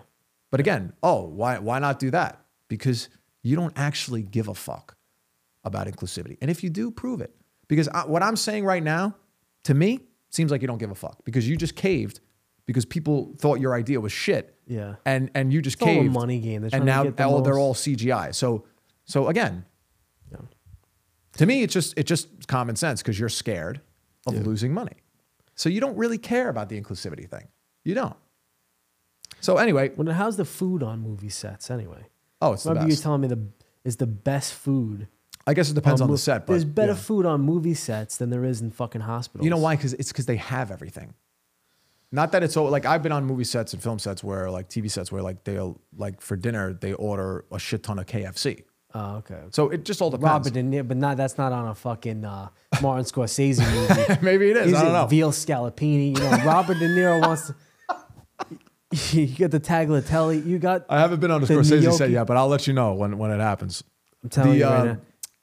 S1: But again, oh, why why not do that? Because you don't actually give a fuck about inclusivity. And if you do, prove it. Because I, what I'm saying right now, to me, seems like you don't give a fuck because you just caved because people thought your idea was shit.
S2: Yeah.
S1: And and you just
S2: all a
S1: caved.
S2: money game. They're
S1: and now
S2: trying to get the
S1: all- they're
S2: most-
S1: all CGI. So so again,
S2: Yeah.
S1: to me, it's just it's just common sense because you're scared of losing money. So you don't really care about the inclusivity thing. You don't. So anyway,
S2: Well, then how's the food on movie sets anyway?
S1: oh, it's the
S2: Remember
S1: best.
S2: you telling me the is the best food.
S1: I guess it depends on
S2: mo-
S1: the set, but
S2: Um, there's better
S1: yeah.
S2: food on movie sets than there is in fucking hospitals.
S1: you know why? Because it's because they have everything. Not that it's all like I've been on movie sets and film sets where like TV sets where like they'll like for dinner they order a shit ton of KFC.
S2: Oh, okay.
S1: So it just all depends.
S2: Robert De Niro, but not that's not on a fucking uh, Martin Scorsese movie.
S1: Maybe it is.
S2: He's
S1: I don't
S2: a
S1: know.
S2: Veal scallopini. You know, Robert De Niro wants to. You got the tagliatelle. You got.
S1: I haven't been on a
S2: the
S1: Scorsese set
S2: gnocchi.
S1: yet, but I'll let you know when when it happens.
S2: I'm telling
S1: the,
S2: you right
S1: um,
S2: now,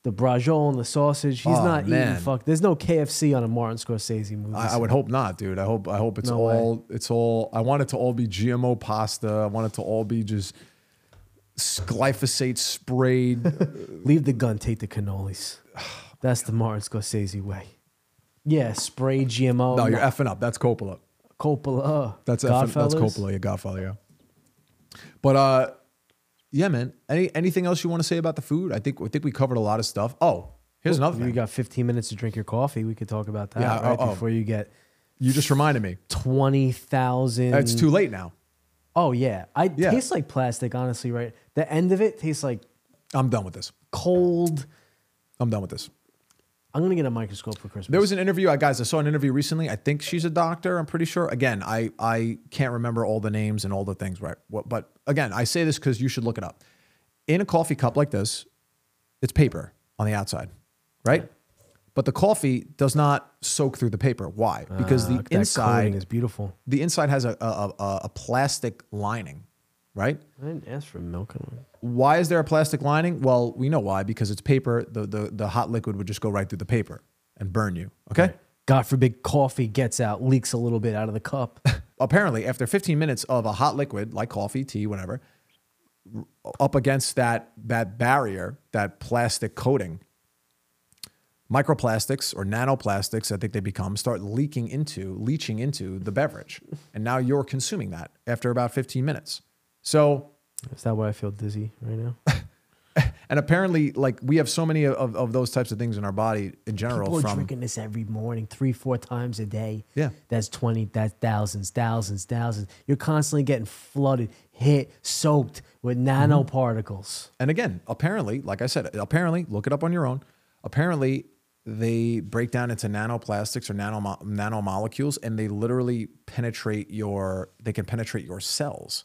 S2: the brajol and the sausage. He's
S1: Oh,
S2: not
S1: man.
S2: eating fuck. There's no KFC on a Martin Scorsese movie.
S1: I, I
S2: set.
S1: would hope not, dude. I hope I hope it's
S2: No way.
S1: all it's all I want it to all be GMO pasta. I want it to all be just s- glyphosate sprayed
S2: Leave the gun, take the cannolis. That's the Martin Scorsese way. Yeah, spray GMO.
S1: No, you're effing up. That's Coppola.
S2: Coppola.
S1: That's effing, that's
S2: Godfellas.
S1: Coppola. Yeah, Godfather. Yeah. But uh, yeah, man. Any anything else you want to say about the food? I think I think we covered a lot of stuff. Oh, here's another
S2: You
S1: thing.
S2: got 15 minutes to drink your coffee. We could talk about that
S1: Yeah,
S2: right
S1: oh, oh.
S2: before you get
S1: You just reminded me.
S2: 20,000.
S1: It's too late now.
S2: Oh, yeah. I
S1: Yeah.
S2: taste like plastic, honestly, right? The end of it tastes like
S1: I'm done with this.
S2: cold.
S1: I'm done with this.
S2: I'm going to get a microscope for Christmas.
S1: There was an interview, I guys. I saw an interview recently. I think she's a doctor. I'm pretty sure. Again, I I can't remember all the names and all the things, right? What, but again, I say this because you should look it up. In a coffee cup like this, it's paper on the outside, right? But the coffee does not soak through the paper. Why? Because
S2: Ah,
S1: the
S2: look, that
S1: inside
S2: coating is beautiful.
S1: the inside has a, a, a, a plastic lining, right?
S2: I didn't ask for milk. in one.
S1: Why is there a plastic lining? Well, we know why because it's paper. The, the, the hot liquid would just go right through the paper and burn you. Okay.
S2: God forbid coffee gets out, leaks a little bit out of the cup.
S1: Apparently, after 15 minutes of a hot liquid like coffee, tea, whatever, r- up against that, that barrier, that plastic coating, microplastics or nanoplastics, I think they become, start leaking into, leaching into the beverage. And now you're consuming that after about 15 minutes. So
S2: is that why I feel dizzy right now?
S1: And apparently, like we have so many of, of those types of things in our body in general.
S2: People are
S1: from
S2: drinking this every morning, three, four times a day.
S1: Yeah.
S2: That's 20, that's thousands, thousands, thousands. You're constantly getting flooded, hit, soaked with nanoparticles.
S1: and again, apparently, like I said, apparently, look it up on your own. Apparently, they break down into nanoplastics or nano nanomolecules, and they literally penetrate your. They can penetrate your cells.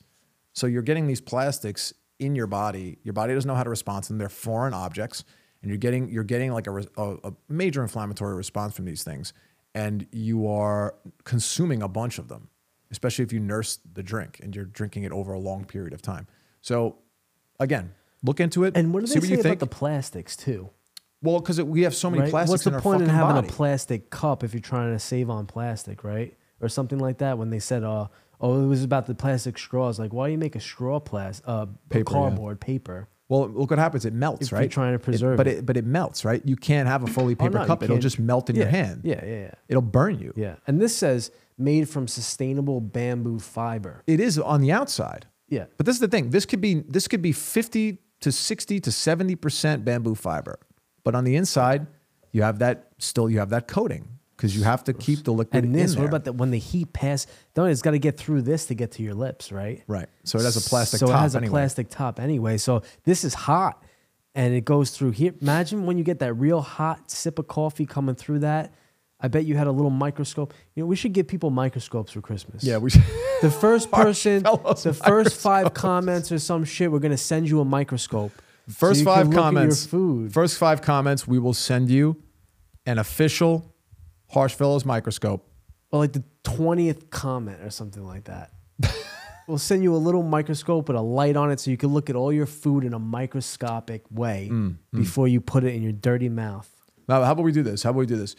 S1: So you're getting these plastics in your body. Your body doesn't know how to respond to them. They're foreign objects, and you're getting you're getting like a, res- a, a major inflammatory response from these things, and you are consuming a bunch of them, especially if you nurse the drink and you're drinking it over a long period of time. So again, look into it.
S2: And what do
S1: see
S2: they
S1: what
S2: say
S1: you
S2: about
S1: think.
S2: the plastics too?
S1: well, because we have so many
S2: right?
S1: plastics
S2: What's
S1: in
S2: the
S1: our
S2: point in
S1: fucking
S2: having
S1: body.
S2: a plastic cup if you're trying to save on plastic, right? Or something like that. When they said, uh, "Oh, it was about the plastic straws." Like, why do you make a straw plastic, uh,
S1: Paper, yeah.
S2: cardboard paper?
S1: well, look what happens. It melts,
S2: If you're
S1: right?
S2: trying to preserve
S1: but
S2: it.
S1: it but it melts, right? You can't have a fully
S2: Oh,
S1: paper
S2: no, you
S1: cup. It'll
S2: can't.
S1: just melt in your
S2: Yeah.
S1: hand.
S2: Yeah, yeah, yeah,
S1: It'll burn you.
S2: yeah. And this says made from sustainable bamboo fiber.
S1: It is on the outside.
S2: Yeah,
S1: But this is the thing. This could be this could be 50 to 60 to 70% bamboo fiber. But on the inside, you have that still you have that coating because you have to keep the liquid
S2: and this.
S1: in
S2: What
S1: there.
S2: about that? When the heat pass, don't it's got to get through this to get to your lips, right?
S1: Right. So it has a plastic
S2: so
S1: top
S2: it has a
S1: anyway.
S2: plastic top anyway. So this is hot, and it goes through here. Imagine when you get that real hot sip of coffee coming through that. I bet you had a little microscope. You know, we should give people microscopes for Christmas.
S1: yeah, we should,
S2: the first person,
S1: Marshmallows
S2: the first five comments or some shit, we're gonna send you a microscope. So
S1: first
S2: you can
S1: five
S2: look at
S1: comments.
S2: your food.
S1: First five comments we will send you an official Harsh Fellows microscope.
S2: or like the twentieth comment or something like that. we'll send you a little microscope with a light on it, so you can look at all your food in a microscopic way
S1: Mm,
S2: before you put it in your dirty mouth.
S1: Now, how about we do this? How about we do this?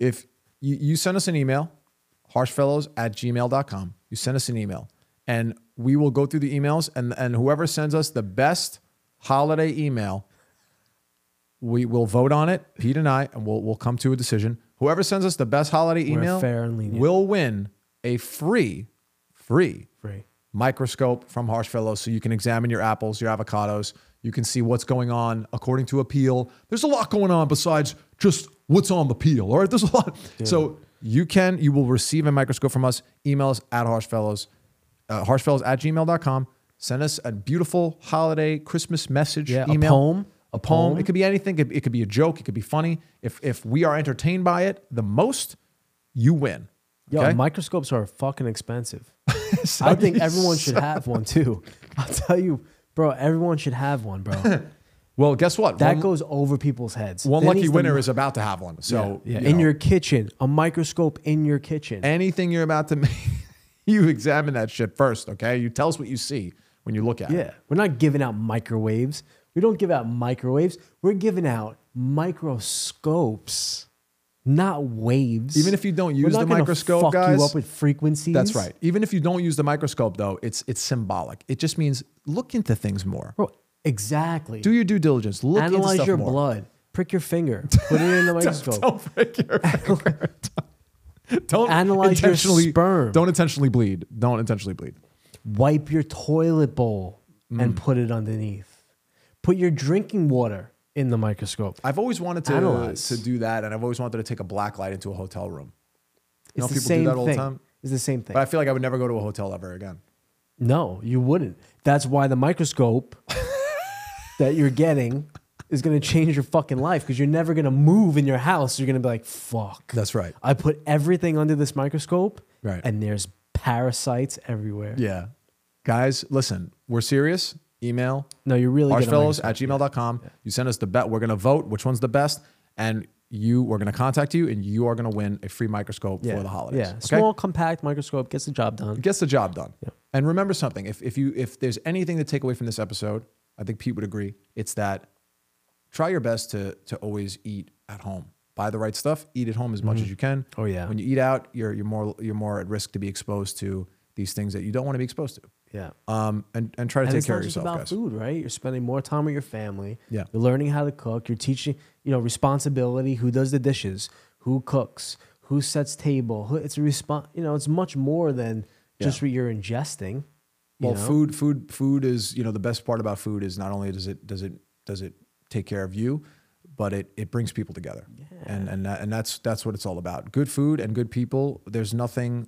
S1: If you, you send us an email, harshfellows at gmail.com, you send us an email, and we will go through the emails, and, and whoever sends us the best holiday email, we will vote on it, Pete and I, and we'll, we'll come to a decision. Whoever sends us the best holiday email
S2: fair and lenient.
S1: will win a free, free
S2: Right.
S1: microscope from Harsh Fellows so you can examine your apples, your avocados. You can see what's going on according to a peel. There's a lot going on besides just what's on the peel. All right, there's a lot. So you can, you will receive a microscope from us. Email us at harshfellows, uh, harshfellows at gmail.com. Send us a beautiful holiday Christmas message
S2: Yeah, a
S1: email.
S2: poem.
S1: A poem. It could be anything. It, it could be a joke. It could be funny. If if we are entertained by it the most, you win.
S2: Yo,
S1: Okay?
S2: microscopes are fucking expensive.
S1: So
S2: I think
S1: you-
S2: everyone should have one too. I'll tell you, bro, everyone should have one, bro.
S1: Well, guess what?
S2: That
S1: One-
S2: goes over people's heads.
S1: One
S2: That
S1: lucky
S2: needs to-
S1: winner is about to have one. So
S2: yeah,
S1: you
S2: in
S1: know,
S2: your kitchen, a microscope in your kitchen.
S1: anything you're about to make, you examine that shit first. Okay, you tell us what you see when you look at it.
S2: yeah. We're not giving out microwaves. We don't give out microwaves. We're giving out microscopes, not waves.
S1: Even if you don't
S2: We're
S1: use
S2: not
S1: the
S2: gonna
S1: microscope,
S2: fuck
S1: guys,
S2: you up with frequencies.
S1: That's right. Even if you don't use the microscope, though, it's it's symbolic. It just means look into things more.
S2: Bro, exactly.
S1: Do your due diligence. Look into
S2: Analyze
S1: stuff
S2: your
S1: more.
S2: blood. Prick your finger. Put it in the microscope.
S1: Don't break your finger. Don't
S2: Analyze your
S1: intentionally
S2: sperm.
S1: Don't intentionally bleed. Don't intentionally bleed.
S2: Wipe your toilet bowl
S1: Mm.
S2: and put it underneath. Put your drinking water in the microscope.
S1: I've always wanted to uh,
S2: Analyze.
S1: to do that, and I've always wanted to take a black light into a hotel room.
S2: It's
S1: know
S2: the
S1: people do
S2: same
S1: that all the
S2: thing.
S1: time?
S2: It's the same thing.
S1: But I feel like I would never go to a hotel ever again.
S2: no, you wouldn't. That's why the microscope that you're getting is going to change your fucking life because you're never going to move in your house. You're going to be like, fuck.
S1: That's right.
S2: I put everything under this microscope,
S1: Right.
S2: and there's parasites everywhere.
S1: Yeah. Guys, listen, we're serious. Email
S2: No, you're really good.
S1: harshfellows at gmail.com. You send us the bet. We're going to vote which one's the best. And you we're going to contact you and you are going to win a free microscope
S2: yeah.
S1: for the holidays.
S2: Yeah.
S1: okay?
S2: Small, compact microscope gets the job done.
S1: It gets the job done.
S2: Yeah.
S1: And remember something: if if you if there's anything to take away from this episode, I think Pete would agree. It's that try your best to to always eat at home. Buy the right stuff. Eat at home as much as you can.
S2: Oh, yeah.
S1: When you eat out, you're you're more you're more at risk to be exposed to these things that you don't want to be exposed to.
S2: Yeah.
S1: Um, and and try to
S2: And
S1: take
S2: it's
S1: care
S2: not
S1: of
S2: just
S1: yourself,
S2: about
S1: guys.
S2: food, right? You're spending more time with your family.
S1: Yeah.
S2: You're learning how to cook. You're teaching, you know, responsibility. Who does the dishes? Who cooks? Who sets table? Who, it's a response. You know, it's much more than just
S1: Yeah.
S2: what you're ingesting. you
S1: Well,
S2: know?
S1: food, food, food is you know the best part about food is not only does it does it does it take care of you, but it it brings people together, and and that, and that's that's what it's all about. Good food and good people. There's nothing,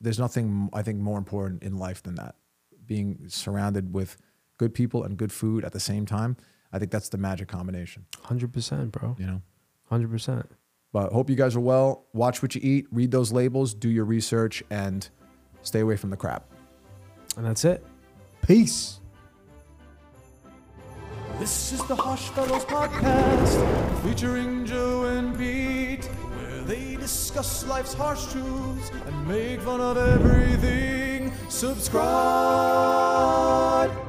S1: there's nothing I think more important in life than that. Being surrounded with good people and good food at the same time, I think that's the magic combination.
S2: Hundred percent, bro.
S1: You know.
S2: Hundred percent.
S1: But hope you guys are well. Watch what you eat, read those labels, do your research, and stay away from the crap.
S2: And that's it. Peace.
S1: This is the Hush Fellows podcast featuring Joe and Pete, where they discuss life's harsh truths and make fun of everything. Subscribe.